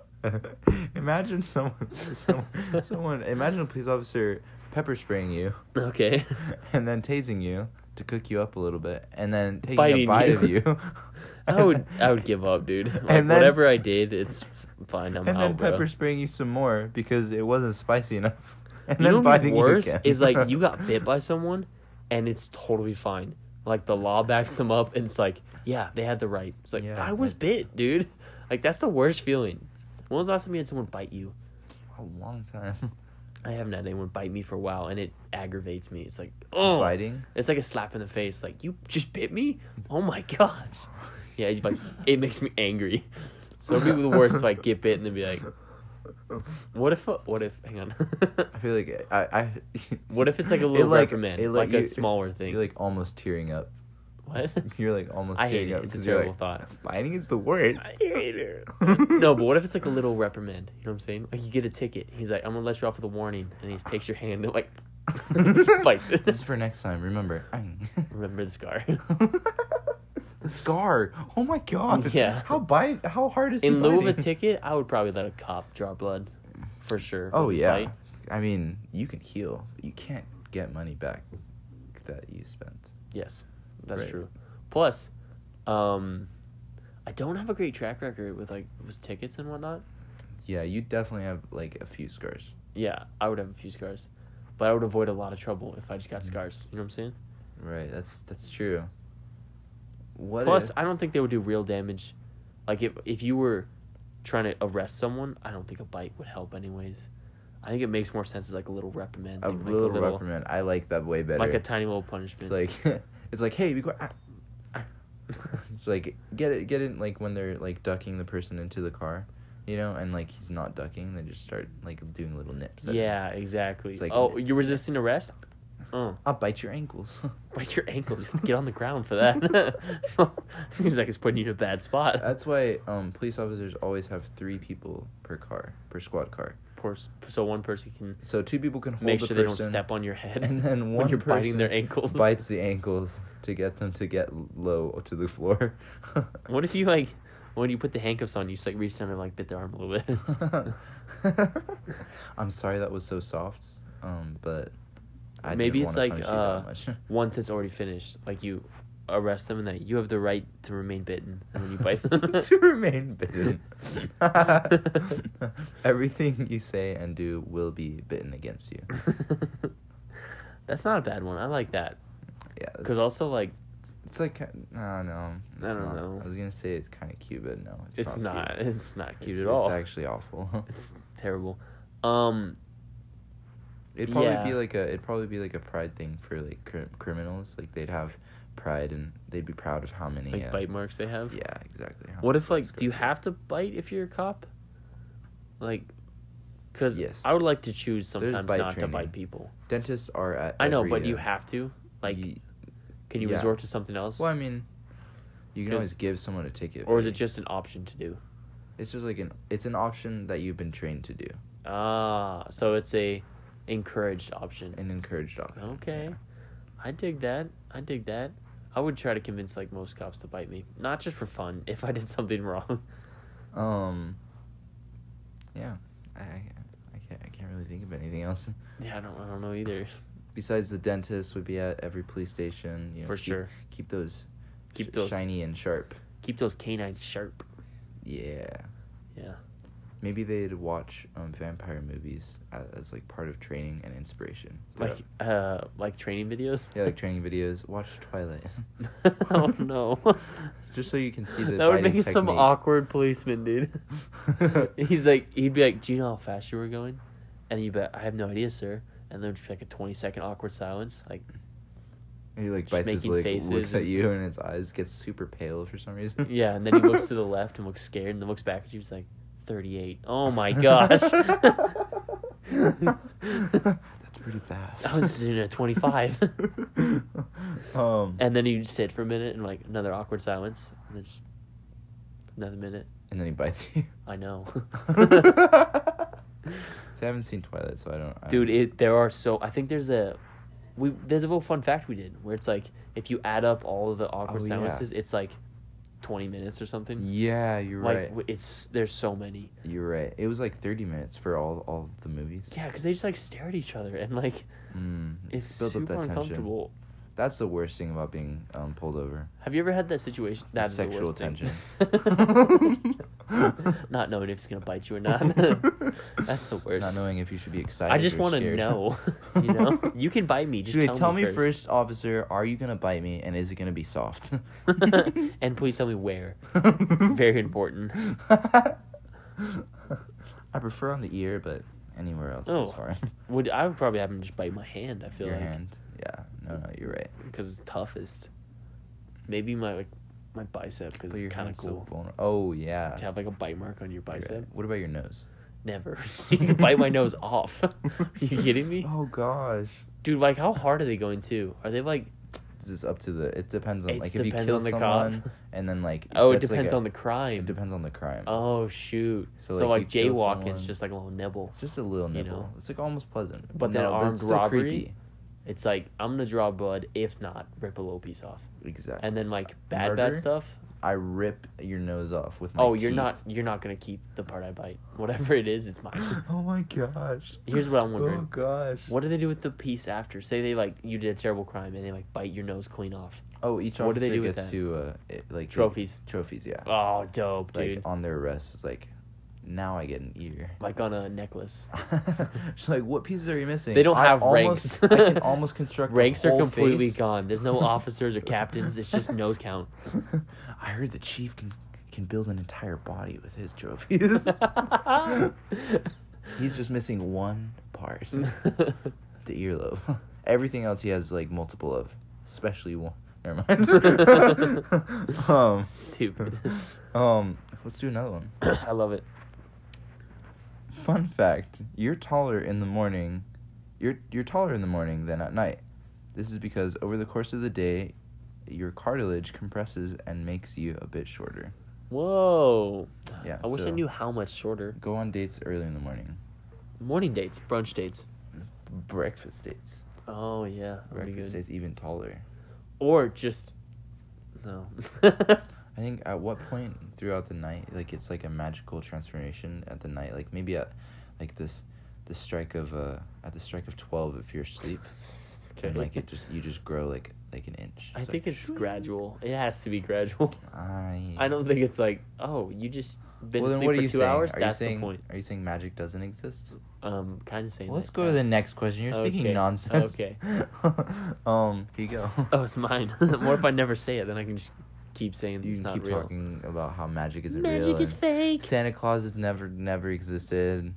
<laughs> imagine someone, someone, someone. Imagine a police officer pepper spraying you,
<laughs>
<laughs>
okay.
and then tasing you to cook you up a little bit, and then taking
Biting
a bite
you.
of you.
<laughs> I would
<laughs>
I would give up, dude. Like,
And then-
whatever I did, it's f- fine. I'm
and
out,
then
bro.
pepper spraying you some more because it wasn't spicy enough. <laughs> And
you know what'd be
biting
worse
again.
is
<laughs>
like you got bit by someone, and it's totally fine. Like the law backs them up, and it's like, yeah, they had the right. It's like
Yeah,
I was bit, dude. Like that's the worst feeling. When was the last time you had someone bite you?
a long time.
I haven't had anyone bite me for a while, and it aggravates me. It's like, <laughs> oh,
Biting?
It's like a slap in the face. Like you just bit me. Oh my <laughs> gosh. Yeah, it's like it makes me angry. So it'd be the worst if I get bit and then
<laughs>
be like, what if? What if? Hang on. <laughs>
I feel like I. <laughs> I
what if it's like a
It
little
like-
reprimand,
it
like,
like
a
you-
smaller thing?
You're like almost tearing
<laughs>
up.
what?
You're like almost
I hate
tearing
it.
up.
It's a
'cause you're
terrible
like,
thought.
Biting is the worst.
no,
<laughs>
but what if it's like a little reprimand? You know what I'm saying? Like you get a ticket. He's like, I'm gonna let you off with a warning, and he takes your hand and like
<laughs>
bites it.
This is for next time.
<laughs>
Remember.
Remember the scar.
<laughs> the scar. Oh my god.
Yeah.
How bite? How hard is he
In lieu of a
biting?
ticket, I would probably let a cop draw blood, for sure.
Oh
with his
yeah.
bite.
I mean, you can heal. You can't get money back that you spent.
Yes, that's
Right.
true. Plus, um, I don't have a great track record with like with tickets and whatnot.
Yeah, you definitely have like a few scars.
Yeah, I would have a few scars, but I would avoid a lot of trouble if I just
Mm-hmm.
got scars. You know what I'm saying?
Right. That's that's true. What?
Plus,
if-
I don't think they would do real damage. Like if if you were trying to arrest someone, I don't think a bite would help. Anyways, I think it makes more sense as like a little reprimand,
a
thing, like
little reprimand. I like that way better.
like a tiny little
It's
punishment.
like
<laughs>
<laughs> it's like hey, be quiet. <laughs> Ah. It's like get it get it like when they're like ducking the person into the car, you know, and like he's not ducking, they just start like doing little nips. at him.
yeah, exactly.
It's like-
oh, you're resisting arrest. Oh.
<laughs> I'll bite your ankles. <laughs>
Bite your ankle. Just get on the ground for that. <laughs> Seems like it's putting you in a bad spot.
That's why um police officers always have three people per car per squad car.
Poor s- so one person can
So two people can hold
make
the
sure they
person,
don't step on your
<laughs>
head
and then one
<laughs> when you're biting
person
their ankles.
bites the ankles to get them to get low to the floor. <laughs>
What if you like when you put the handcuffs on, you just like reach down and like bit their arm a little bit.
I'm sorry that was so soft, um, but <laughs> I
Maybe
didn't
it's
wanna
like
punish you
uh,
that much. <laughs>
once it's already finished, like you arrest them and that you have the right to remain bitten, and then
<laughs>
you bite them.
to remain
<laughs>
bitten. <laughs> Everything you say and do will be bitten against you.
That's not a bad one. I like that
Yeah, it's-
because also like
it's like I don't know. it's
I don't
not.
know.
I was gonna say it's kind of cute, but no,
it's, not,
cute.
it's <laughs> not cute
It's-
at all.
It's actually
<laughs>
awful. <laughs>
it's terrible. Um,
It'd probably
Yeah.
be like a it'd probably be like a pride thing for like cr- criminals. Like they'd have pride and they'd be proud of how many
like
uh,
bite marks they have.
Yeah, exactly. how
What
many
if like
bites go
do you
through.
have to bite if you're a cop? Like, because
Yes.
I would like to choose sometimes
bite
not to
training.
bite people.
dentists are at?
I know,
every,
but
uh,
you have to. Like,
ye-
can you
yeah.
resort to something else,
Well, I mean, you can
'Cause-
always give someone a ticket.
or is
but
it just an option to do?
It's just like an it's an option that you've been trained to do,
Ah, so it's a encouraged option.
an encouraged option.
Okay.
yeah.
I dig that. I dig that. I would try to convince like most cops to bite me, not just for fun. <laughs> If I did something wrong,
Um. Yeah, I I, I can't I can't really think of anything else
yeah, I don't, I don't know either.
besides the dentist would be at every police station. You know,
For
keep-
sure.
Keep those.
Keep
sh-
those-
shiny and sharp.
Keep those canines sharp.
Yeah.
Yeah.
Maybe they'd watch um, vampire movies as, as like part of training and inspiration.
Like uh, like training videos. <laughs>
yeah, like training videos. Watch Twilight,
oh no.
<laughs> just so you can
<laughs>
see the.
that would make
biting
some
technique.
awkward policeman,
<laughs>
dude. He's like, he'd be like, "Do you know how fast you were going?" And you'd be like, "I have no idea, sir." And there'd just be like a twenty second awkward silence,
<laughs>
like,
He like
Just
bites his
making
leg,
faces
looks at
and-
you, and his eyes get super pale for some reason.
<laughs> yeah. And then he looks to
<laughs>
the left and looks scared, and then looks back at you, he's like, 38. Oh
<laughs>
my gosh. <laughs>
That's pretty fast.
I was doing it at 25.
<laughs> um,
<laughs> and then you just sit for a minute and like another awkward silence, and then just another minute.
and then he bites
<laughs>
you. <laughs>
I know,
So I haven't seen Twilight, so I don't. I
dude.
don't-
It there are so I think there's a we there's a little fun fact we did where it's like if you add up all of the awkward
Oh, yeah.
silences, it's like 20 minutes or something.
Yeah, you're
like
right.
w- it's there's so many.
You're right. It was like 30 minutes for all all the movies.
Yeah, because they just like stare at each other and like
Mm,
it's
built
super uncomfortable.
That's the worst thing about being um, pulled over.
Have you ever had that situation? That's
sexual
tension. <laughs> not knowing if it's gonna bite you
<laughs>
or not. <laughs> That's the worst.
Not knowing if you should be excited.
I just
want to <laughs>
know. <laughs> you know, you can bite me. Just
Should I
tell,
tell, me first. officer, are you gonna bite me, and is it gonna be soft?
<laughs>
<laughs>
and please tell me where.
it's <laughs>
very important.
I prefer on the ear, but anywhere else
Oh,
is fine.
Would I would probably have him just bite my hand? I feel
Your
like
hand, yeah. No, no, you're right.
because it's toughest. Maybe my like my bicep because
But your
it's kind of
hand's so
cool
vulnerable. Oh yeah.
to have like a bite mark on your
You're right.
bicep.
What about your nose? <laughs>
Never. <laughs> you can bite my nose off. <laughs> Are you kidding me,
Oh gosh.
dude? Like how hard are they going to? Are they like?
This is up to the. It depends on
It's
like if you
depends
kill
on the cop.
someone and then like.
Oh, it
that's, like,
depends
a-
on the crime.
It depends on the crime.
Oh shoot!
So,
So,
like,
like,
you kill
jaywalking
someone-
is just like a little nibble.
It's just a little
You
nibble.
know?
It's like almost pleasant.
But then armed
it's still
robbery?
creepy.
It's like I'm gonna draw blood, if not rip a little piece off,
Exactly.
and then like bad
Murder?
bad stuff.
I rip your nose off with my.
oh, you're
teeth.
not you're not gonna keep the part I bite. Whatever it is, it's mine.
<laughs> oh my gosh.
Here's what I'm wondering.
Oh gosh.
what do they do with the piece after? Say they like you did a terrible crime and they like bite your nose clean off.
Oh, each officer
What do they do with
gets
that?
to uh, it- like they-
Trophies.
trophies, yeah.
Oh, dope, dude!
like on their arrest, it's like, now I get an ear.
like on a necklace.
<laughs>
<laughs>
She's like, what pieces are you missing?
They don't
I
have
almost-
ranks.
I
<laughs>
can almost construct a
Ranks are
whole
completely
face.
gone.
<laughs>
There's no officers or captains. It's just nose count.
I heard the chief can can build an entire body with his
<laughs>
trophies. He's just missing one
<laughs>
part, the earlobe. <laughs> Everything else he has like multiple of, especially one. Never
<laughs>
mind. <laughs> um,
Stupid.
<laughs> um, let's do another one.
I love it.
Fun fact: You're taller in the morning. You're you're taller in the morning than at night. This is because over the course of the day, your cartilage compresses and makes you a bit shorter.
Whoa.
Yeah,
I wish
so-
I knew how much shorter.
Go on dates early in the morning.
Morning dates, brunch dates.
Breakfast dates.
Oh yeah. that would be
Breakfast
good.
dates even taller.
Or just no.
I think at what point throughout the night, like it's like a magical transformation at the night, like maybe at like this the strike of uh at the strike of twelve if you're
<laughs>
asleep, and like it just you just grow like like an inch.
I
It's
think
like,
it's gradual. It has to be gradual.
I
I don't think it's like, oh, you just been
Mm. Well, then
asleep
what are
for
you
two
saying?
hours.
Are
That's
you saying
the point.
are you saying magic doesn't exist?
Um, kind of saying.
Let's
that,
go to
yeah.
the next question. You're speaking
Okay,
nonsense.
okay.
<laughs> um, here you go.
<laughs> Oh, it's mine. <laughs> what if I never say it? Then I can just keep saying
You
it's
can
not
keep
real.
talking about how magic isn't real.
Magic is
and-
fake.
Santa Claus has never never existed.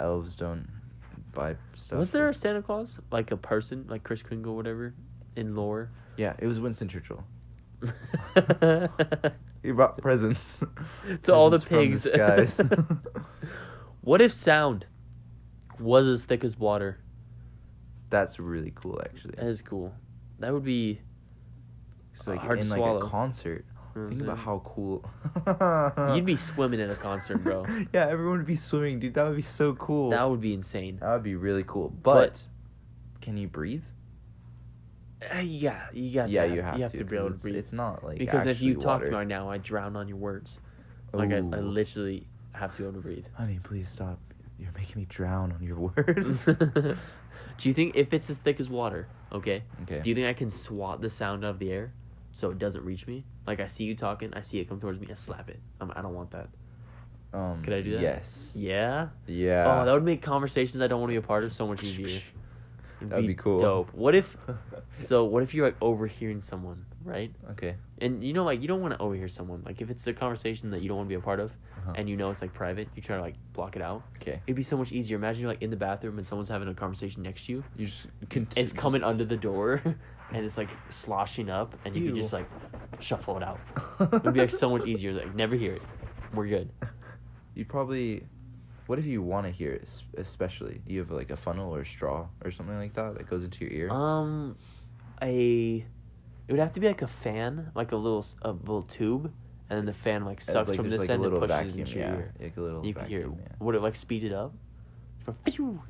Elves don't buy stuff.
Was there a Santa Claus like a person like Chris Kringle, whatever, in lore? <laughs>
Yeah, it was Winston Churchill.
to
He brought
<laughs>
presents.
all the
Presents
pigs.
from the skies.
<laughs>
<laughs>
what if sound was as thick as water?
That's really cool, actually.
That is cool. That would be.
It's like
hard to
in like
swallow.
a concert.
you know what I'm
Think about uh,
saying?
how cool. <laughs>
You'd be swimming at a concert, bro.
yeah, everyone would be swimming, dude. That would be so <laughs> cool.
That would be insane.
That would be really cool. But,
But-
can you breathe?
Uh, yeah, you got.
yeah,
to
you have,
you have to, be
'cause
able to
it's,
breathe.
It's not like
because if you
actually
talk to me
water.
right now, I drown on your words. Like I, I
Ooh.
literally have to be able to
<laughs>
breathe.
honey, please stop. You're making me drown on your <laughs>
<laughs>
words.
Do you think if it's as thick as water, okay?
Okay.
Do you think I can swat the sound out of the air so it doesn't reach me? Like I see you talking, I see it come towards me, I slap it. I'm, I don't want that.
Um,
Could I do that?
Yes.
Yeah.
Yeah.
Oh, that would make conversations I don't want to be a part of so
<laughs>
much easier. It'd
That'd be cool.
Dope. What if?
<laughs>
So what if you're like overhearing someone, right?
okay.
And you know, like you don't want to overhear someone. Like if it's a conversation that you don't want to be a part of,
Uh-huh.
and you know it's like private, you try to like block it out.
Okay.
It'd be so much easier. Imagine you're like in the bathroom and someone's having a conversation next to you.
You just cont-
It's coming under the door, <laughs> and it's like sloshing up, and you can
Ew.
just like shuffle it out. It'd be like so much
<laughs>
easier. Like never hear it. We're good.
You probably. What if you want to hear it, es- especially? Do you have like a funnel or a straw or something like that that goes into your ear?
Um, a it would have to be like a fan, like a little s- a little tube, and then the fan like
Uh,
sucks from
there's,
this end and pushes into your
yeah,
ear.
Like a little
You can hear.
vacuum,
it. Would it like speed it up? Phew.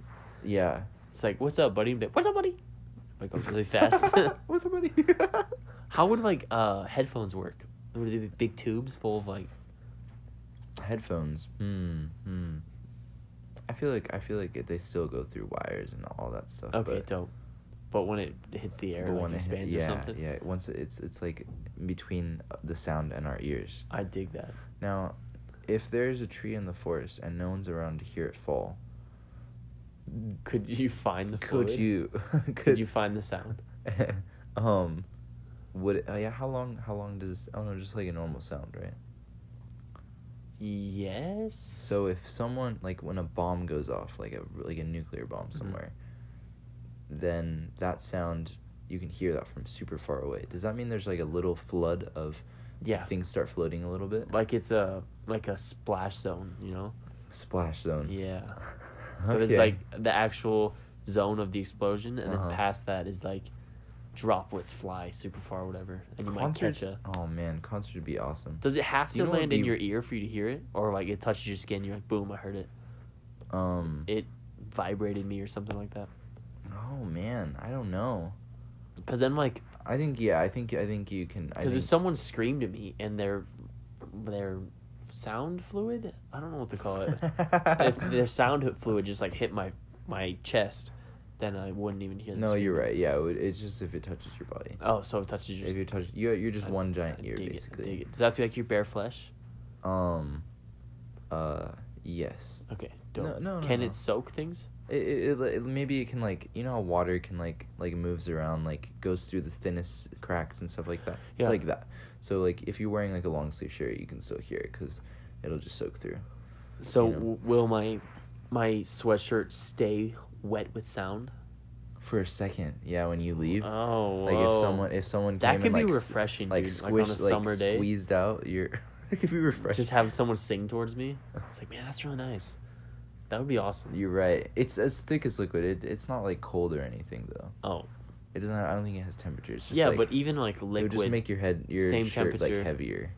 yeah.
It's like, what's up, buddy? But, What's up, buddy? Like <laughs> goes really
yeah. <laughs>
fast.
What's somebody?
How would like uh headphones work? Would they be big tubes full of like?
Headphones. Hmm. Hmm. I feel like I feel like it, they still go through wires and all that stuff.
Okay,
but,
dope. But when it hits the air,
but
it, like
when it hit-
expands
yeah,
or something.
Yeah. Once it- it's it's like between the sound and our ears.
I dig that.
Now, if there's a tree in the forest and no one's around to hear it fall,
Could you find the?
could
fluid?
you? <laughs>
Could you find the sound?
um, would it, oh yeah? How long? How long does? Oh no, just like a normal sound, right?
Yes.
So if someone like when a bomb goes off, like a like a nuclear bomb
Mhm.
somewhere, then that sound you can hear that from super far away. Does that mean there's like a little flood of
yeah.
things start floating a little bit?
like it's a like a splash zone, you know?
Splash zone.
Yeah.
<laughs>
So it's
Okay.
like the actual zone of the explosion, and
Uh-huh.
then past that is like droplets fly super far, or whatever, and you
concerts.
might catch a.
Oh man, concerts would be awesome.
Does it have
Do you
to
know what
land
would
in
be-
your ear for you to hear it, or like it touches your skin? You're like, boom, I heard it.
Um.
It vibrated me or something like that.
Oh man, I don't know.
Because then like,
I think yeah, I think I think you can. I
because
think,
if someone screamed at me and their their sound fluid, I don't know what to
<laughs>
call it. if their sound fluid just like hit my my chest, then I wouldn't even hear. them
No, you're
screaming.
right. Yeah, it would, it's just if it touches your body.
Oh, so it touches your.
If you're touch, you're, you're just
I-
one
I
giant ear
dig it, I
basically.
dig it. Does that have to be like your bare flesh?
Um, uh, yes.
Okay. Don't.
No, no, no,
Can
no.
it soak things?
It, it, it, li- maybe it can like you know how water can like like moves around like goes through the thinnest cracks and stuff like that. It's
Yeah.
like that. So like if you're wearing like a long sleeve shirt, you can still hear it because it'll just soak through.
So
You know.
w- will my my sweatshirt stay wet with sound?
For a second, yeah, when you leave,
Oh.
like if
whoa.
someone if someone
That
came
could
and,
be
like, s-
refreshing,
like
dude,
squished
like on a summer day.
squeezed out your <laughs> it could be refreshing.
just have someone sing towards me, it's like man, that's really nice. That would be awesome.
You're right. It's as thick as liquid. It, it's not like cold or anything though.
Oh.
It doesn't. I don't think it has temperature. It's just
Yeah,
like,
but even like
it would just
liquid
make your head your
same
shirt
temperature.
like heavier.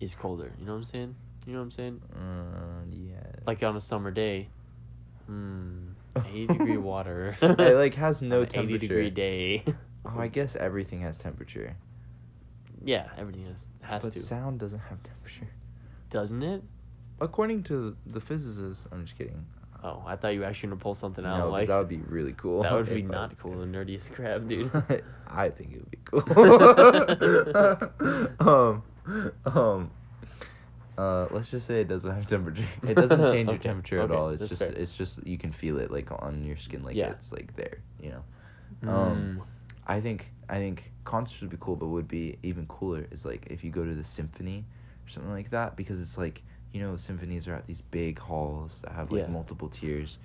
is colder. You know what I'm saying? You know what I'm saying?
Uh, yeah.
Like on a summer day.
<laughs>
Hmm. 80 degree water.
it like has no
<laughs> On an
temperature.
80 degree day.
Oh, I guess everything has temperature.
<laughs> Yeah, everything has has
but
to,
sound doesn't have temperature.
doesn't it?
According to the physicist, I'm just kidding.
Oh, I thought you were actually gonna pull something out.
no, 'cause
like
that would be really cool. <laughs>
that would
if
be
I-
not cool. The nerdiest crap, dude.
I think it would be
<laughs>
cool. <laughs> um, um, uh, let's just say it doesn't have temperature. It
<laughs>
doesn't change your
Okay,
temperature at
okay,
all. It's
that's
just
fair.
it's just you can feel it like on your skin, like
Yeah. Hmm.
it's like there. You know. <laughs> Um, I think I think concerts would be cool, but would be even cooler is like if you go to the symphony or something like that because it's like you know symphonies are at these big halls that have like
Yeah.
multiple tiers.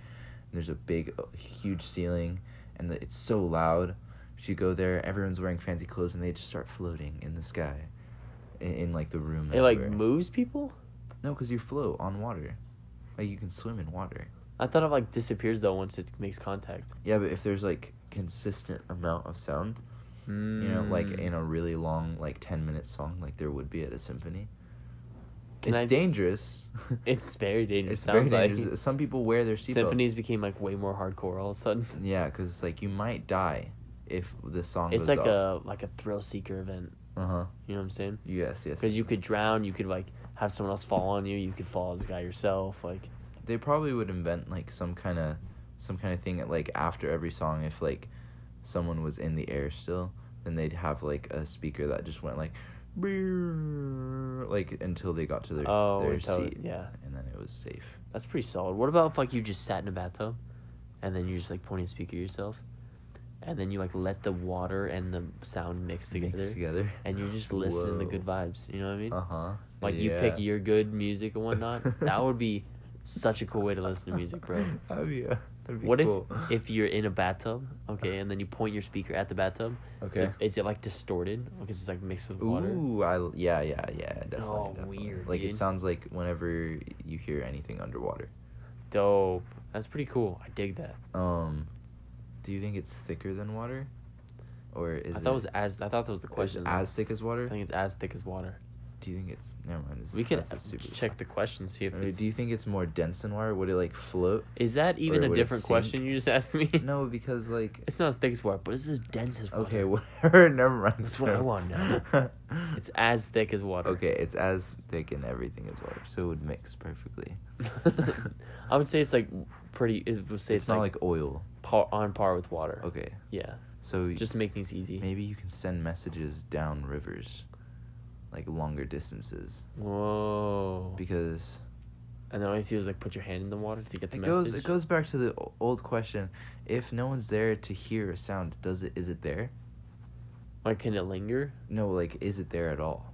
And there's a big, uh, huge ceiling, and the, it's so loud. You go there, everyone's wearing fancy clothes, and they just start floating in the sky, in, in like the room.
it
that
like
we're in.
moves people.
No, because you float on water, like you can swim in water.
I thought it like disappears though once it makes contact.
Yeah, but if there's like consistent amount of sound, you know, like
Hmm. Mm.
in a really long, like ten minute song, like there would be at a symphony.
Can
it's
I-
dangerous.
<laughs> It's very dangerous.
It's very
sounds like
dangerous. Some people wear their seatbelts.
symphonies became like way more hardcore all of a sudden.
Yeah, because it's like you might die if the song.
It's
goes
like
off.
a like a thrill seeker event.
a. Uh huh.
You know what I'm saying?
Yes. Yes.
Because
yes,
you
yes.
could drown. You could like have someone else fall on you. You could fall on this guy yourself. Like
They probably would invent like some kind of, some kind of thing at, like after every song if like, someone was in the air still, then they'd have like a speaker that just went like, like until they got to their
oh,
their
until-
seat.
yeah.
And then was safe.
That's pretty solid. What about if like you just sat in a bathtub, and then you just like point and speak at yourself, and then you like let the water and the sound mix together,
Mixed together.
and you just listen to the
Whoa.
good vibes. You know what I mean?
Uh huh.
like you pick your good music
<laughs>
and whatnot. that would be such a cool way to listen to music, bro.
that'd be, uh, that'd be
What
cool. <laughs>
if if you're in a bathtub, okay, and then you point your speaker at the bathtub?
Okay.
Is it like distorted? Because it's like mixed with water.
Ooh, I l- yeah yeah yeah definitely.
Oh,
definitely.
weird,
Like
dude.
it sounds like whenever you hear anything underwater.
Dope. That's pretty cool. I dig that.
Um, do you think it's thicker than water, or is
I
it?
thought it was as I thought that was the
is it
question.
as thick as
I
water?
think it's as thick as water.
Do you think it's? Never mind. This
We
is-
can
that's a stupid
check the question, see if
Or
it's.
do you think it's more dense than water? Would it like float?
is that even
or
a
would it
different
sink? <laughs>
question you just asked me?
no, because like
<laughs> It's not as thick as water, but it's as dense as water.
okay, <laughs> whatever. Never mind. <laughs>
That's what I
never-
want now.
<laughs>
It's as thick as water.
okay. It's as thick and everything as water, so it would mix perfectly.
<laughs> <laughs> I would say it's like pretty. It would say
it's,
it's,
not
like,
like oil.
par, on par with water.
Okay,
Yeah.
so y-
Just to make things easy.
maybe you can send messages down rivers, like longer distances,
Whoa.
because
and then all you have to do is like put your hand in the water to get the
it
message.
goes it goes back to the o- old question: if no one's there to hear a sound, does it is it there?
Like, can it linger?
No, like is it there at all?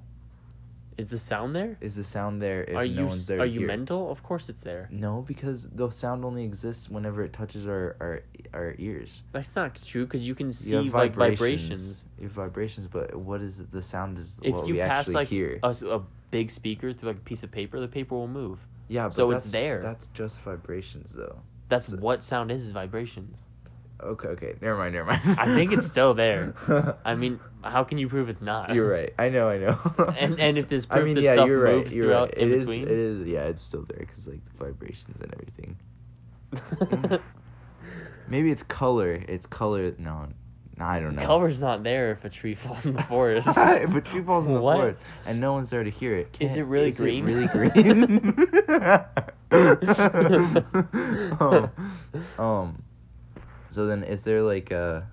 Is the sound there?
Is the sound there if
are
no
you
one's
s-
there?
are
to
you
hear?
mental? Of course it's there.
No, because the sound only exists whenever it touches our our, our ears.
That's not true because you can see
You have
like vibrations.
You have vibrations, but what is it? The sound is
if
what
you
we
pass
actually
like
hear.
A, s- a big speaker through like a piece of paper, the paper will move.
yeah, but
so it's
that's-
there.
That's just vibrations, though.
That's
So-
what sound is, is
<laughs>
vibrations.
Okay, okay. Never mind, never mind.
I think it's
<laughs>
still there. I mean, how can you prove it's <laughs> not?
you're right. I know, I know.
And- and if there's
<laughs> I
proof
mean,
that
yeah,
stuff
you're right,
moves
you're
throughout
right.
in
It is-
between?
it is. Yeah, it's still there because like the vibrations and everything. Maybe it's color. It's color. No, no I don't know.
Cover's not there if a tree
<laughs>
falls <laughs> in the forest.
if a tree falls in the
What?
forest and no one's there to hear it,
Is
can't-
it really
is
green? <laughs>
really green? <laughs> um, um, so then, is there like a,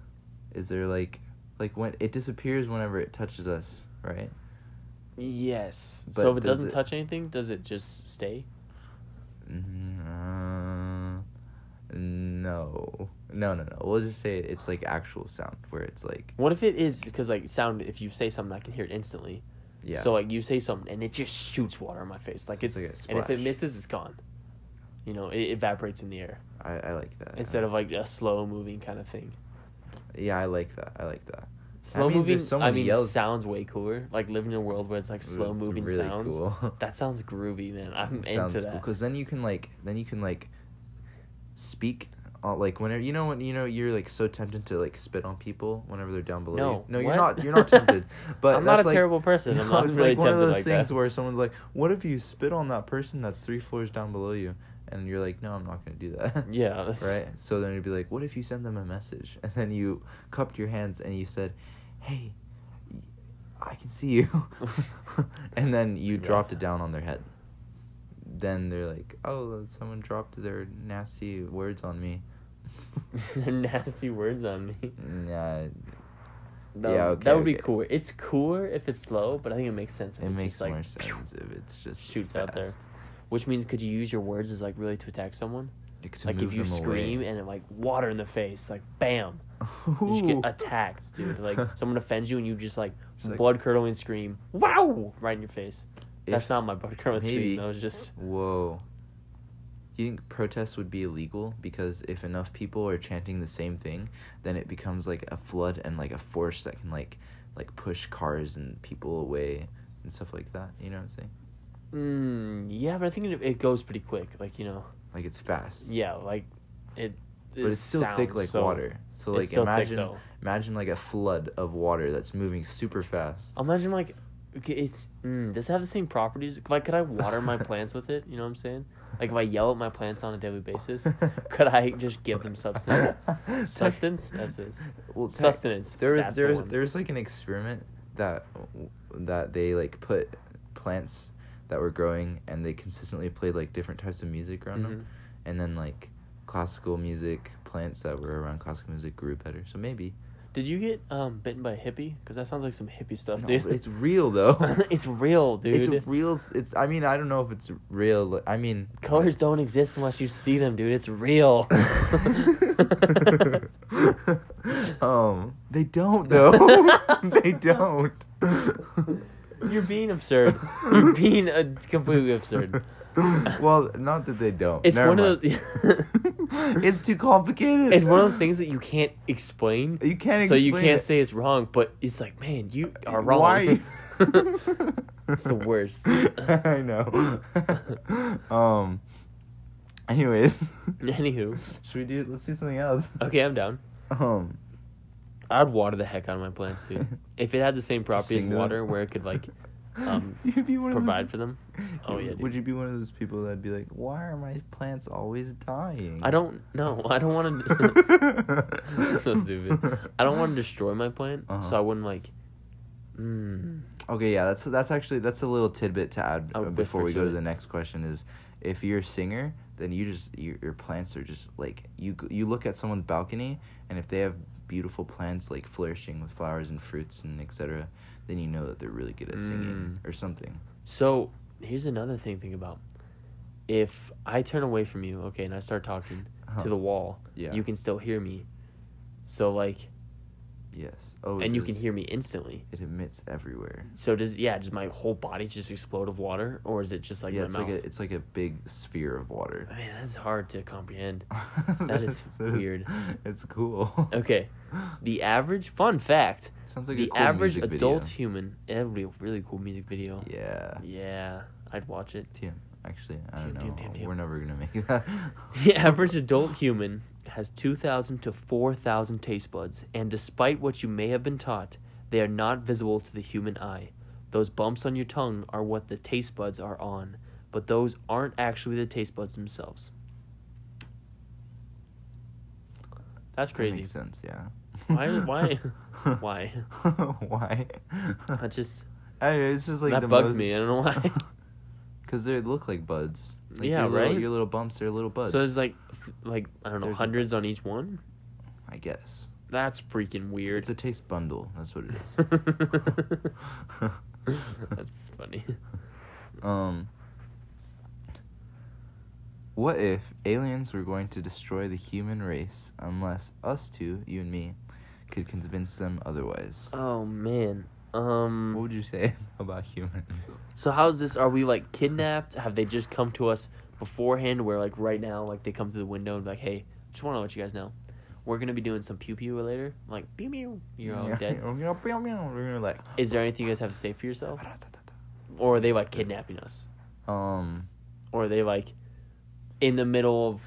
is there like, like when it disappears whenever it touches us, right?
Yes.
But
so if it
does
doesn't
it-
touch anything, does it just stay?
Mm, uh, no, no, no, no. We'll just say it's like actual sound where it's like,
What if it is because like sound? If you say something, I can hear it instantly.
yeah.
So like you say something and it just shoots water in my face. Like
So
it's,
it's like a
and if it
splash.
misses, it's gone. You know, it evaporates in the air
I, I like that.
instead of like a slow moving kind of thing.
yeah, I like that. I like that.
Slow
means if
moving. I
someone
mean,
yells-
sounds way cooler. Like living in a world where it's like slow
It's
moving
really
sounds.
cool. <laughs>
That sounds groovy, man. I'm
Sounds
into that.
Because then you can like then you can like speak uh, like whenever you know when you know you're like so tempted to like spit on people whenever they're down below.
No,
you. no, you're
what?
not. You're not
<laughs>
tempted. But
I'm not
that's,
a
like-
terrible person. I'm
No,
not
it's
really
like one of
tempted
those
like
things
that.
where someone's like, "What if you spit on that person that's three floors down below you?" And you're like, "No, I'm not gonna do that."
<laughs> Yeah, that's-
<laughs> right. So then it'd be like, "What if you send them a message?" <laughs> And then you cupped your hands and you said, "Hey, y- I can see
<laughs>
you," <laughs> and then you
Yeah.
dropped it down on their head. Then they're like, "Oh, someone dropped their nasty words on
<laughs>
me."
nasty words on me.
Yeah,
That,
Mm. Yeah,
would-
okay,
that would be
okay.
cooler. It's cooler if it's slow, but I think it makes sense. If
it
it's
makes
just, like,
more
pew,
sense if it's just
shoots out there.
fast.
Which means could you use your words as like really to attack someone?
Like, to
like if
move
you
them away.
scream
<laughs>
and it like water in the face, like bam, you just get
Ooh.
attacked,
<laughs>
dude. Like someone offends you and you just like
Just, like-
blood curdling scream, wow, right in your face. That's
If-
not my blood curdling scream.
maybe-
That was just
Whoa. You think protests would be illegal because if enough people are chanting the same thing, then it becomes like a flood and like a force that can like like push cars and people away and stuff like that. You know what I'm saying?
mm, yeah, but I think it, it goes pretty quick. Like you know,
Like it's fast.
yeah, like it.
But it's still thick like water. So
it's
like
still thick,
imagine
though.
imagine like a flood of water that's moving super fast.
Imagine like, okay, it's mm, does it have the same properties? Like, could I
<laughs>
water my plants with it? You know what I'm saying? Like, if I yell at my plants on a daily
<laughs>
basis, could I just give them substance? Sustenance. That's it.
Well, tec-
Sustenance.
There was
That's
there
the
was
one.
there was like an experiment that that they like put plants that were growing and they consistently played like different types of music around them,
Mm-hmm.
and then like classical music plants that were around classical music grew better. So maybe
Did you get um, bitten by a hippie? Because that sounds like some hippie stuff,
No,
dude.
but it's real though.
it's real, dude.
It's real. It's. I mean, I don't know if it's real. like- I mean,
<laughs> Colors don't exist unless you see them, dude. It's real.
<laughs>
<laughs>
um, they don't though. <laughs> they don't.
You're being absurd.
<laughs>
You're being uh, completely absurd.
well, not that they don't.
It's
Never
one of
mind.
those.
<laughs> it's too complicated.
it's one of those things that you can't explain.
You can't.
so you
explain
can't
it.
say it's wrong, but it's like, man, you are wrong. <laughs>
Why?
it's the worst.
<laughs> I
<laughs>
know. um. Anyways,
Anywho,
should we do? Let's do something else.
<laughs> okay, I'm down.
Um.
I'd water the heck out of my plants, dude. If it had the same property as
sing to them.
water, where it
<laughs>
could like um,
You'd be one of those-
provide for them. Oh yeah,
Would
dude.
you be one of those people that'd be like, "Why are my plants always dying?"
I don't know. I don't
<laughs>
<laughs> want to.
to.
<laughs> so stupid. I don't want to destroy my plant, so
Uh-huh.
I wouldn't like. Mm,
Okay, yeah, that's that's actually that's a little tidbit to add
I'll
uh, before
whisper
we
to
go to
it.
the next question is if you're a singer, then you just your, your plants are just like you g- you look at someone's balcony and if they have beautiful plants like flourishing with flowers and fruits and etc, then you know that they're really good at singing
Mm.
or something.
So here's another thing to think about. If I turn away from you, okay, and I start talking
Huh.
to the wall,
Uh-huh. Yeah.
you can still hear me. So like,
Yes. Oh, it
and you
does-
can hear me instantly.
it emits everywhere.
So does yeah? Does my whole body just explode of water, or is it just like
yeah,
my
it's
mouth?
like a it's like a big sphere of water.
Man, that's hard to comprehend.
<laughs>
That is weird.
It's cool. <laughs>
Okay, the average fun fact:
Sounds like
the
a cool
average
music
adult
video.
human. That'd be a really cool music video.
Yeah.
Yeah, I'd watch it.
Tim, actually, I
Tim,
don't
Tim,
know.
Tim, Tim.
We're never gonna
<laughs>
make that.
The average adult human has 2,000 to 4,000 taste buds, and despite what you may have been taught, they are not visible to the human eye. Those bumps on your tongue are what the taste buds are on, but those aren't actually the taste buds themselves. That's
That
crazy.
makes sense. Yeah.
Why?
<laughs>
Why? <laughs> why?
why?
I just
<laughs> I don't know, it's just like
that
the
bugs
most...
me. I don't know
<laughs>
why. <laughs>
Because they look like buds. Like
Yeah,
your little-
right?
your little bumps, they're little buds.
so there's like, f- like I don't know,
There's a-
hundreds on each one.
I guess
That's freaking weird.
it's a taste bundle. That's what it is.
<laughs>
<laughs>
That's funny.
um. What if aliens were going to destroy the human race unless us two, you and me, could convince them otherwise?
Oh man.
What
Um.
would you say <laughs> about humans?
So
<laughs>
how's this? Are we like kidnapped? Have they just come to us beforehand? Where like right now, like they come through the window and be like, hey, just want to let you guys know, we're gonna be doing some pew pew later. I'm like pew pew, you're all
Yeah, <laughs>
dead.
We're gonna, we're gonna like.
Is there anything you guys have to say for yourself? Or are they like kidnapping us?
Um,
Or are they like in the middle of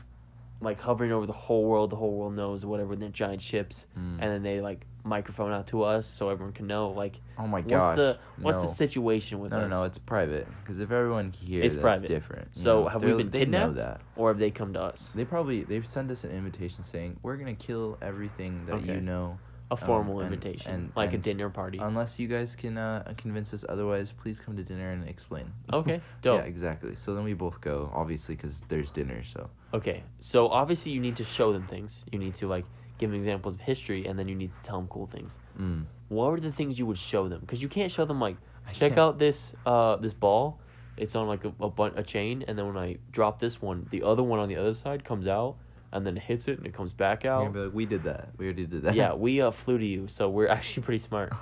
like hovering over the whole world? The whole world knows or whatever. And they're giant ships,
Mm.
and then they like microphone out to us so everyone can know. Like
oh my gosh.
what's the what's
no.
the situation with
No, no,
us?
no, it's private. Because if everyone can hear,
It's
it's
private.
different. you
So
know?
have we
They're-
been
they know
kidnapped,
that.
or have they come to us?
They probably they've sent us an invitation saying we're gonna kill everything that
Okay.
you know,
A formal
Um, and-
invitation,
and-
like
and-
a
um,
dinner party.
unless you guys can uh, convince us otherwise. Please come to dinner and explain. <laughs>
Okay, dope.
yeah, exactly. So then we both go, obviously, because there's dinner. So
okay, so obviously you need to show them things. You need to like give them examples of history, and then you need to tell them cool things.
mm.
What are the things you would show them? Because you can't show them like
I
check
can't-
out this uh this ball. It's on like a a, bun- a chain, and then when I drop this one, the other one on the other side comes out, and then it hits it, and it comes back
you're gonna
out.
be like, we did that. We already did that.
yeah,
<laughs>
we uh, flew to you, so we're <laughs> actually pretty smart.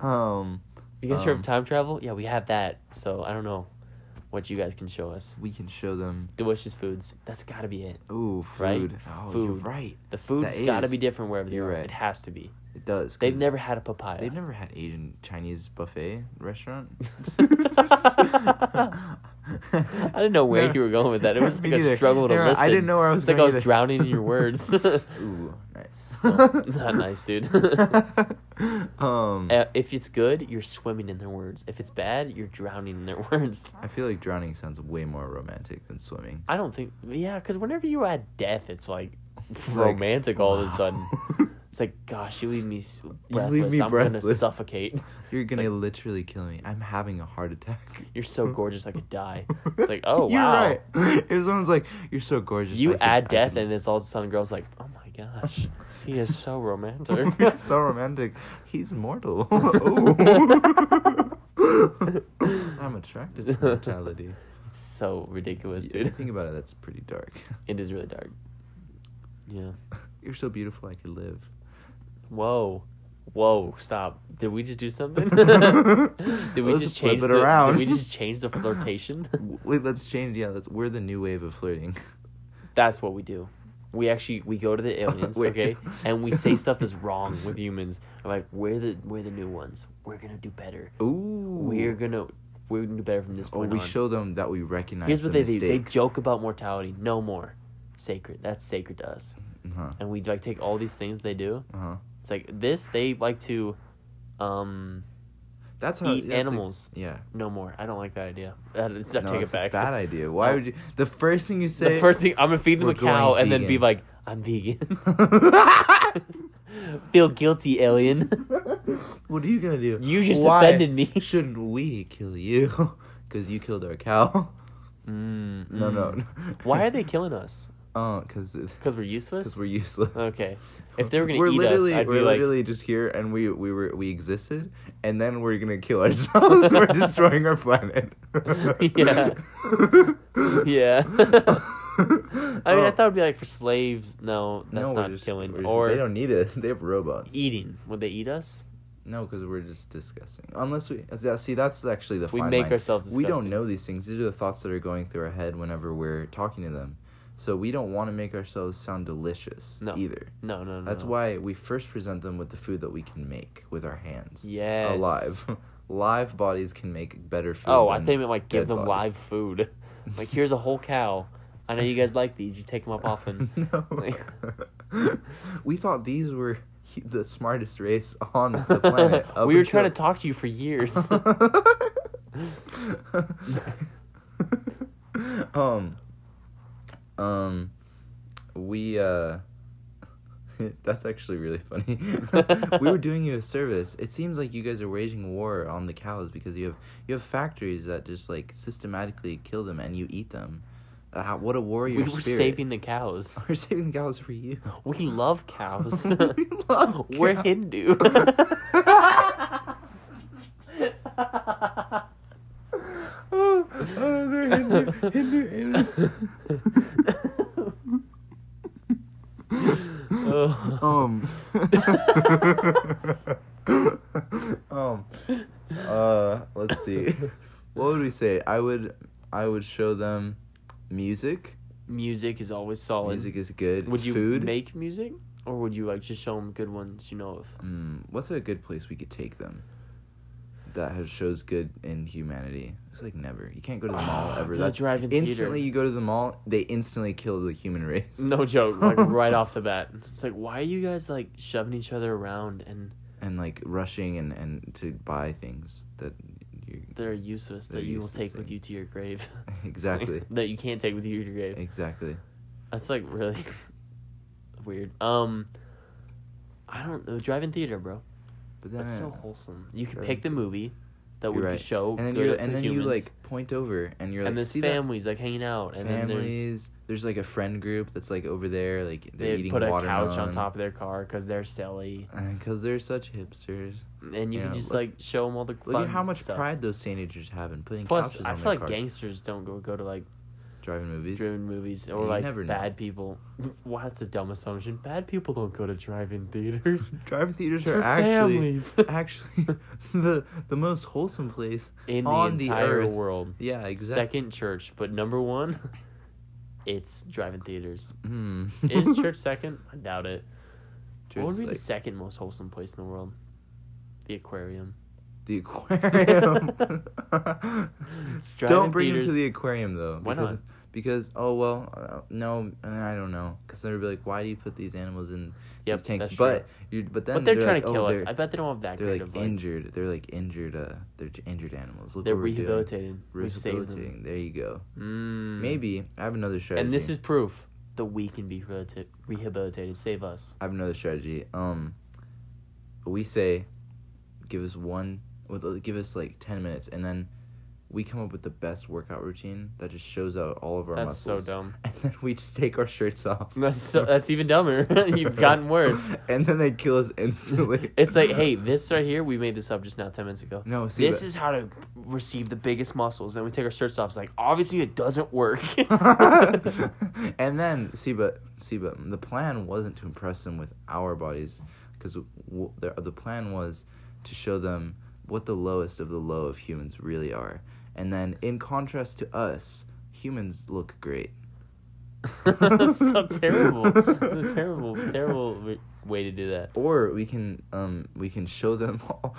um,
You guys heard
Um,
of time travel? Yeah, we have that. So I don't know what you guys can show us.
we can show them.
Delicious foods. That's got to be it.
Ooh,
Right?
food. Oh, you're
Food.
right.
The food's
That
got to
is-
be different wherever they
you're
are.
right.
It has to be.
It does. 'cause
They've never had a papaya.
They've never had Asian Chinese buffet
<laughs>
restaurant. <laughs>
I didn't know where you were going with that.
<laughs>
It was
Me
like a
neither.
struggle to
Never mind.
listen.
I didn't know where I was
It's like I
going
was
either.
drowning
<laughs>
in your words.
Ooh, nice.
No, <laughs> not nice, dude.
<laughs>
<laughs>
um,
Uh, if it's good, you're swimming in their words. If it's bad, you're drowning in their <laughs> words.
I feel like drowning sounds way more romantic than swimming.
I don't think, yeah, because whenever you're at death, it's like <laughs>
It's like,
romantic all of a sudden.
<laughs> wow.
It's like, gosh, you leave me s-
You
breathless.
leave me
I'm gonna
breathless. <laughs>
suffocate.
You're
It's
gonna
like,
literally kill me. I'm having a heart attack.
<laughs> you're so gorgeous, I
<laughs>
could die. It's like, oh
You're
wow,
right. <laughs> If someone's like, "You're so gorgeous," I
you
could-
add
I
death,
could-"
and it's all of a sudden, girls like, oh my gosh, He is
<laughs>
so romantic.
He's so romantic. He's mortal. oh. <laughs> I'm attracted to mortality.
<laughs> It's so ridiculous,
Yeah,
dude.
Think about it. That's pretty dark.
<laughs> It is really dark. Yeah.
<laughs> You're so beautiful. I could live.
Whoa. Whoa, stop. Did we just
<laughs>
do something? <laughs> did we
Let's
just
flip
change
it
the,
around.
Did we just change
<laughs>
the flirtation?
W- Wait, let's change. Yeah, let's. We're the new wave of flirting. <laughs>
That's what we do. We actually we go to the
<laughs>
aliens,
Wait.
okay, and we say stuff that's wrong with humans. Like we're the we're the new ones. We're gonna do better.
Ooh.
We're gonna we're gonna do better from this
Or
point
we
on.
show them that we recognize.
Here's what
the
they do. They
mistakes.
joke about mortality. No more. Sacred. That's sacred to us.
Uh-huh.
And we like take all these things they do.
Uh-huh.
It's like this. They like to, um,
That's how that's
Eat
like-
animals.
yeah.
no more. I don't like that idea. That is, I
No,
take
it's
it back.
A bad idea. Why
No.
would you? The first thing you say.
<laughs>
<laughs>
the first <laughs> thing I'm gonna feed them
we're
a cow
going
and then be
vegan.
like, I'm vegan. <laughs>
what
Feel guilty, alien. <laughs>
are you gonna do?
You just
Why
offended me. <laughs>
Shouldn't we kill you? <laughs> Because you killed our cow. <laughs>
Mm,
No, no.
mm. Why are they killing us?
<laughs> Oh, because
<laughs>
because
Because we're
<laughs>
useless.
we're useless.
Okay. If they were gonna
we're
eat us,
literally,
I'd
we're
be like,
literally just here, and we we were we existed, and then we're gonna kill ourselves. <laughs> we're destroying our planet.
<laughs>
<laughs>
Yeah. yeah. <laughs> I mean, I
Oh.
thought it'd be like for slaves. No,
No,
that's
we're
not
just-
killing.
we're just-
or
they don't need us. They have robots.
eating. Would they eat us?
No, because we're just disgusting. Unless we that, see, that's actually the
We
fine
make
line.
ourselves
We don't
disgusting.
know these things. These are the thoughts that are going through our head whenever we're talking to them. So we don't want to make ourselves sound delicious
No.
either.
No, no, no.
That's
no.
why we first present them with the food that we can make with our hands.
Yes.
Alive. <laughs> Live bodies can make better food.
Oh, I
than
thought you meant like give
dead
them
bodies.
live food. <laughs>
<laughs>
Like here's a whole cow. I know you guys like these. You take them up often.
<laughs>
<laughs>
no. <laughs> we thought these were he- the smartest race on the planet. up
<laughs> we were trying to
until-
talk to you
<laughs>
for years.
um, um, we uh, <laughs> that's actually really funny. <laughs> we were doing you a service. It seems like you guys are waging war on the cows because you have you have factories that just like systematically kill them and you eat them. Uh, how- what a warrior
<laughs> we were
spirit!
saving the cows.
we're saving the cows for you.
We love cows.
<laughs> We love
<laughs> We're
cows. <laughs>
Hindu.
Oh, oh, they're Hindu, Hindu
<laughs>
aliens.
<laughs>
um. um. Uh. <laughs> Let's see. What would we say? I would. I would show them music.
<laughs> music is always solid.
Music is good.
would you
Food.
make music, or would you like just show them good ones you know of?
<laughs> Mm, what's a good place we could take them? That has shows good in humanity. It's like never. You can't go to the mall ever.
Ah, the
That's
drive-in theater.
instantly you go to the mall, they instantly kill the human <laughs> race.
No joke, like
<laughs>
right off the bat. It's like, why are you guys like shoving each other around and
and like rushing and and to buy things that you
they're useless
They're
that you will
useless
take with
thing.
you to your grave? <laughs> It's
<laughs>
like,
exactly
that you can't take with you to your grave.
exactly.
That's like really <laughs> weird. Um, I don't know. Drive-in theater, bro.
But then
That's so
I-
wholesome. You can
Drive-in
pick the movie that we
you're
could show
and then
good
you
for
and then
humans.
you like point over and you're
and
like
there's
see that
families like hanging out, and then
families. There's like a friend group that's like over there, like they're
there's they
eating
put a
watermelon.
couch on
<laughs>
top of their car because they're silly,
because they're such hipsters.
and you
Yeah,
can just
look-
like show them all the
Look
fun
at how much
stuff.
pride those teenagers have in putting
Plus,
couches
I
on
feel
their
like
cars.
gangsters don't go go to like
driving movies.
driven movies or
you
like
never know.
bad people. <laughs> Wow, that's a dumb assumption. Bad people don't go to drive-in
<laughs>
theaters.
Drive-in theaters
It's
are
for
actually
<laughs> families
<laughs> actually <laughs> the the most wholesome place.
in the
on the
entire
earth.
world.
Yeah, exactly.
Second church, but number one, <laughs> it's drive-in
<laughs>
theaters.
Hmm. <laughs>
Is church second? I doubt it.
Church
what would
is
be
like
the second most wholesome place in the world? The aquarium.
the aquarium.
It's
<laughs>
drive-in
don't bring them
theaters.
to the aquarium though.
Why
because,
not?
Because oh well, uh, no, uh, I don't know. Because they're be like, why do you put these animals in
Yep,
these tanks?
that's true.
But you, but then
but they're, trying
like,
to
oh,
kill us.
They're,
I bet they don't have that
they're
kind
like
of like.
injured. They're like injured. Uh, they're j- injured animals. Look
They're
what we're doing.
rehabilitated. We've saved them.
Rehabilitating. There you go.
Mm.
Maybe I have another strategy.
And this is proof that we can be relati- rehabilitated. Save us.
I have another strategy. Um, uh, we say, give us one, with- give us like ten minutes, and then we come up with the best workout routine that just shows out all of our
That's so
muscles.
dumb.
<laughs> And then we just take our shirts off.
<laughs> That's so, that's even dumber. <laughs> You've
<laughs>
gotten worse.
and then they kill us instantly.
<laughs> It's like, hey, this right here, we made this up just now, ten minutes ago.
<laughs> No, see,
This
but-
is how to receive the biggest muscles. Then we take our shirts off. It's like, obviously, it doesn't work. <laughs>
<laughs> and then see, but see, but the plan wasn't to impress them with our bodies, because w- the, the plan was to show them what the lowest of the low of humans really are. And then, in contrast to us, humans look great. <laughs>
That's so terrible. It's a terrible, terrible w- way to do that.
Or we can um we can show them <laughs> all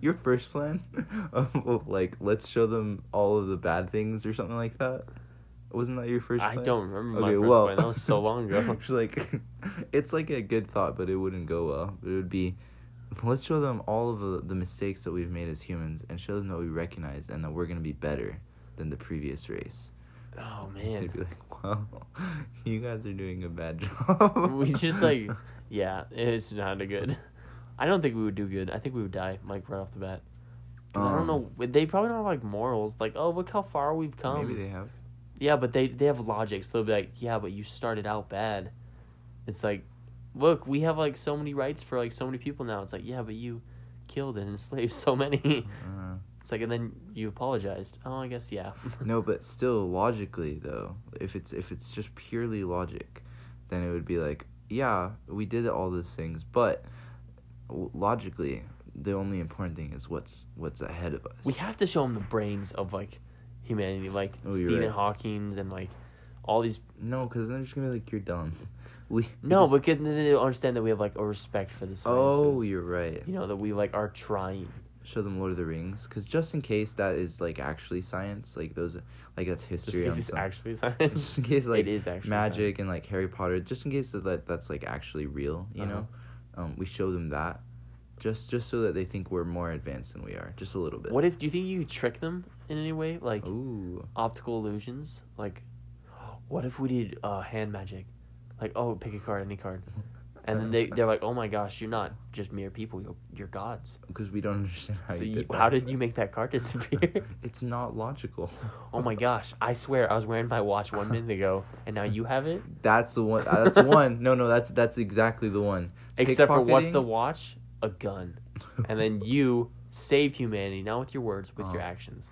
your first plan <laughs> of, of, like let's show them all of the bad things or something like that. Wasn't that your first
I
plan?
don't remember my
Okay,
first
well.
plan. That was so long
<laughs>
ago.
It's like it's like a good thought, but it wouldn't go well. It would be let's show them all of the, the mistakes that we've made as humans and show them that we recognize and that we're gonna be better than the previous race.
Oh
They'd be
man,
like, Wow, <laughs> you guys are doing a bad job.
we just
<laughs>
like, yeah, it's not a good. <laughs> I don't think we would do good. I think we would die, like right off the bat. 'Cause I don't
Um,
know. They probably don't have like morals. Like, oh, look how far we've come.
Maybe they have.
Yeah, but they they have logic, so they'll be like, yeah, but you started out bad. It's like, look, we have like so many rights for like so many people now. It's like, yeah, but you killed and <laughs> enslaved so many.
Uh,
It's like, and then you apologized. Oh, I guess yeah. <laughs>
no, but still logically though, if it's if it's just purely logic, then it would be like, yeah, we did all those things, but w- logically, the only important thing is what's what's ahead of us.
we have to show them the brains of like humanity, like
Oh, you're
Stephen
right.
Hawking's and like all these.
no, because then they're just gonna be like, you're dumb. <laughs> We we
No,
just- <laughs>
but then they don't understand that we have like a respect for the sciences.
oh, you're right.
You know that we like are trying.
Show them Lord of the Rings, because just in case that is like actually science, like those, like that's
Just
history.
because
on
it's
some- <laughs>
actually science.
just in case like
<laughs> it is actually
magic
science.
and like Harry Potter, just in case that that- that's like actually real, you
Uh-huh.
know, um, we show them that, just just so that they think we're more advanced than we are, just a little bit.
What if do you think you could trick them in any way, like
Oh. Ooh,
optical illusions? Like, what if we did uh, hand magic? Like, oh, pick a card, any card, and then they they're like, oh my gosh, you're not just mere people, you're you're gods.
because we don't <laughs> understand how
so
you
you,
did that.
how did you make that card disappear? <laughs>
It's not logical.
oh my gosh, I swear I was wearing my watch one minute ago, and now you have
<laughs>
it.
That's the one. uh, That's one. No, no, that's that's exactly the one.
Except for what's the
Pickpocketing?
watch? A gun, and then you save humanity not with your words, with your
Oh.
actions.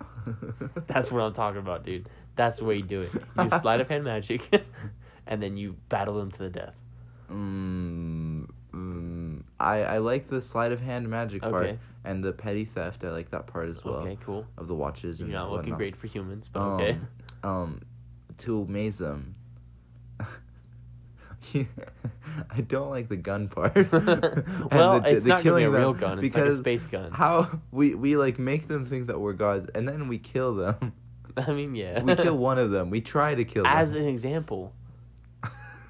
That's what I'm talking about, dude. That's the way you do it.
<laughs>
You do sleight of hand magic, <laughs> and then you battle them to the death.
<laughs> Mm, mm, I I like the sleight of hand magic part
Okay.
and the petty theft. I like that part as well
okay, cool.
of the watches.
You're
and
not looking
whatnot.
great for humans, but okay. <laughs>
Um, um, to amaze them. <laughs> I don't like the gun part. <laughs> <laughs>
<laughs>
And
well, it's not gonna be a
them,
real gun. It's like a space gun. <laughs>
How we we like make them think that we're gods, and then we kill them.
I mean, yeah. <laughs>
We kill one of them. We try to kill
As
them.
an
<laughs>
example,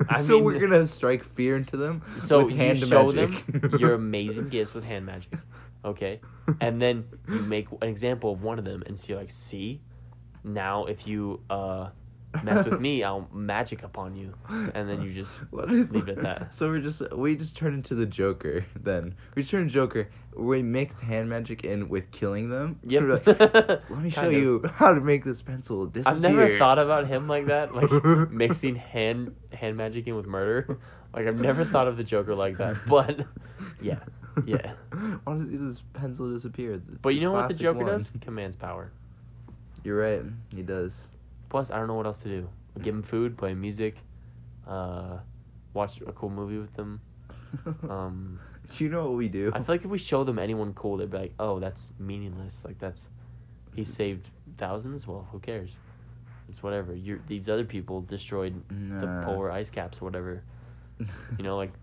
I
so we're
mean-
gonna strike fear into them.
so
with
you
hand
show
magic. <laughs>
them your amazing gifts with hand magic, okay, and then you make an example of one of them, and see, like, see, now if you uh
<laughs>
mess with me, I'll magic upon you, and then you just
What if,
leave it at that.
So we're just we just turn into the Joker <laughs> then. We just turn Joker. We mix hand magic in with killing them. <laughs>
Yep.
We're
<laughs>
like, Let me show
Kind of.
you how to make this pencil disappear.
I've never thought about him like that,
<laughs>
like mixing hand hand magic in with murder. Like I've never thought of the Joker
<laughs>
like that. <laughs> But yeah, yeah.
Why does this pencil disappear? It's
But
a
you know what the
classic
Joker
one.
does? Commands power.
<laughs> You're right. He does. <laughs>
Plus, I don't know what else to do. Give him food, play music, uh, watch a cool movie with them. Um,
you know what we do?
I feel like if we show them anyone cool, they'd be like, "Oh, that's meaningless. Like that's he saved thousands. Well, who cares? It's whatever. You're, these other people destroyed the
Nah.
polar ice caps or whatever." You know, like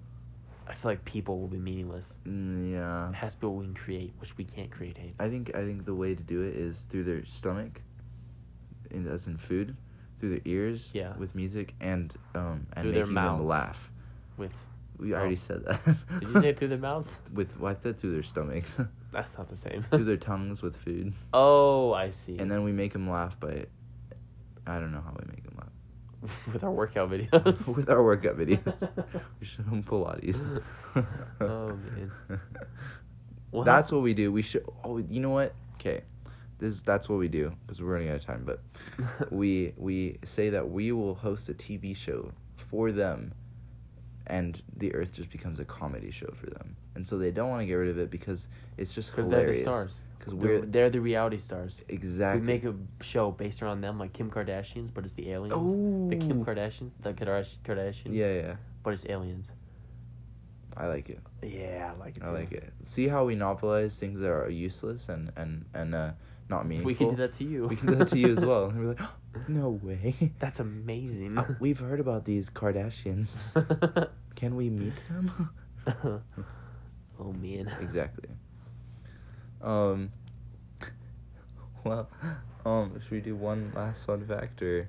I feel like people will be meaningless.
<laughs> Mm,
It
yeah.
has to be what we can create, which we can't create hate.
I think I think the way to do it is through their stomach, in, as in food, through their ears,
Yeah.
with music, and um, and
Through
making
their
them
mouths.
laugh.
With
We
Oh.
already said that.
did you say
<laughs>
it through their mouths?
with well, I said through their
<laughs>
stomachs,
That's not the same.
through
<laughs>
their tongues with food,
oh, I see.
and then we make them laugh by, I don't know how we make them laugh
<laughs> with our workout videos.
<laughs> with our workout
<laughs>
videos. we show them Pilates.
Oh, man.
<laughs>
Well,
That's what we do. We should. Oh, you know what? Okay, this that's what we do because we're running out of time.
<laughs>
But we we say that we will host a TV show for them, and the Earth just becomes a comedy show for them. And so they don't want to get rid of it because it's just
Because they're the
hilarious.
stars.
'Cause
They're,
we're
they're the reality stars.
exactly
We make a show based around them, like Kim Kardashians, but it's the aliens. The Kim
Ooh.
Kardashians, the Kardash- Kardashian,
yeah yeah.
but it's aliens.
I like it.
Yeah, I like it.
I
too.
like it. See how we novelize things that are useless and and and uh, not meaningful.
We can do that to you.
We can do that to
<laughs>
you as well. And we're like, <gasps> no way.
That's amazing.
Uh, we've heard about these Kardashians. Can we meet them?
<laughs> oh man.
exactly. Um. <laughs> Well, um, should we do one last fun fact or?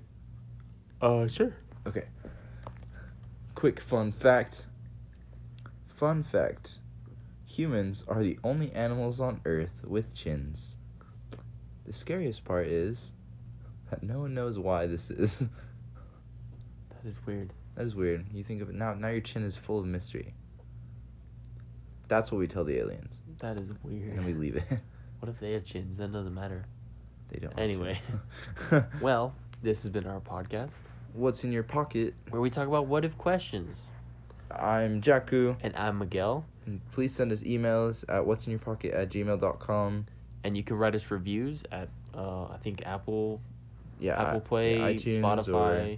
Uh, sure.
Okay. Quick fun fact. Fun fact. Humans are the only animals on Earth with chins. The scariest part is that no one knows why this is. <laughs>
That is weird.
That is weird. You think of it now. Now your chin is full of mystery. That's what we tell the aliens,
That is weird.
and then we leave it. <laughs>
What if they have chins? Then it doesn't matter.
they don't. <laughs>
Anyway.
well,
<laughs>
<laughs>
Well, this has been our podcast
what's in your pocket?
where we talk about what if questions.
I'm Jaku.
And I'm Miguel,
And Mm, Please send us emails at what's in your pocket at gmail.com.
and you can write us reviews at uh, I think Apple,
Yeah,
Apple
i-
Play,
or
Spotify,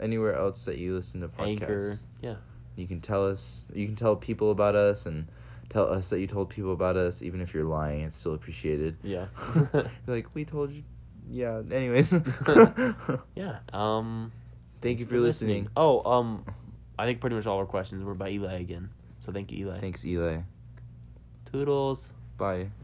anywhere else that you listen to podcasts.
Anchor. Yeah.
You can tell us. You can tell people about us and tell us that you told people about us, even if you're lying. It's still appreciated.
Yeah.
You're <laughs> like we told you. Yeah. Anyways.
<laughs> Yeah. Um
<laughs> Thank
thanks
you for listening.
Oh, um I think pretty much all our questions were by Eli again. So thank you, Eli.
Thanks, Eli.
Toodles.
Bye.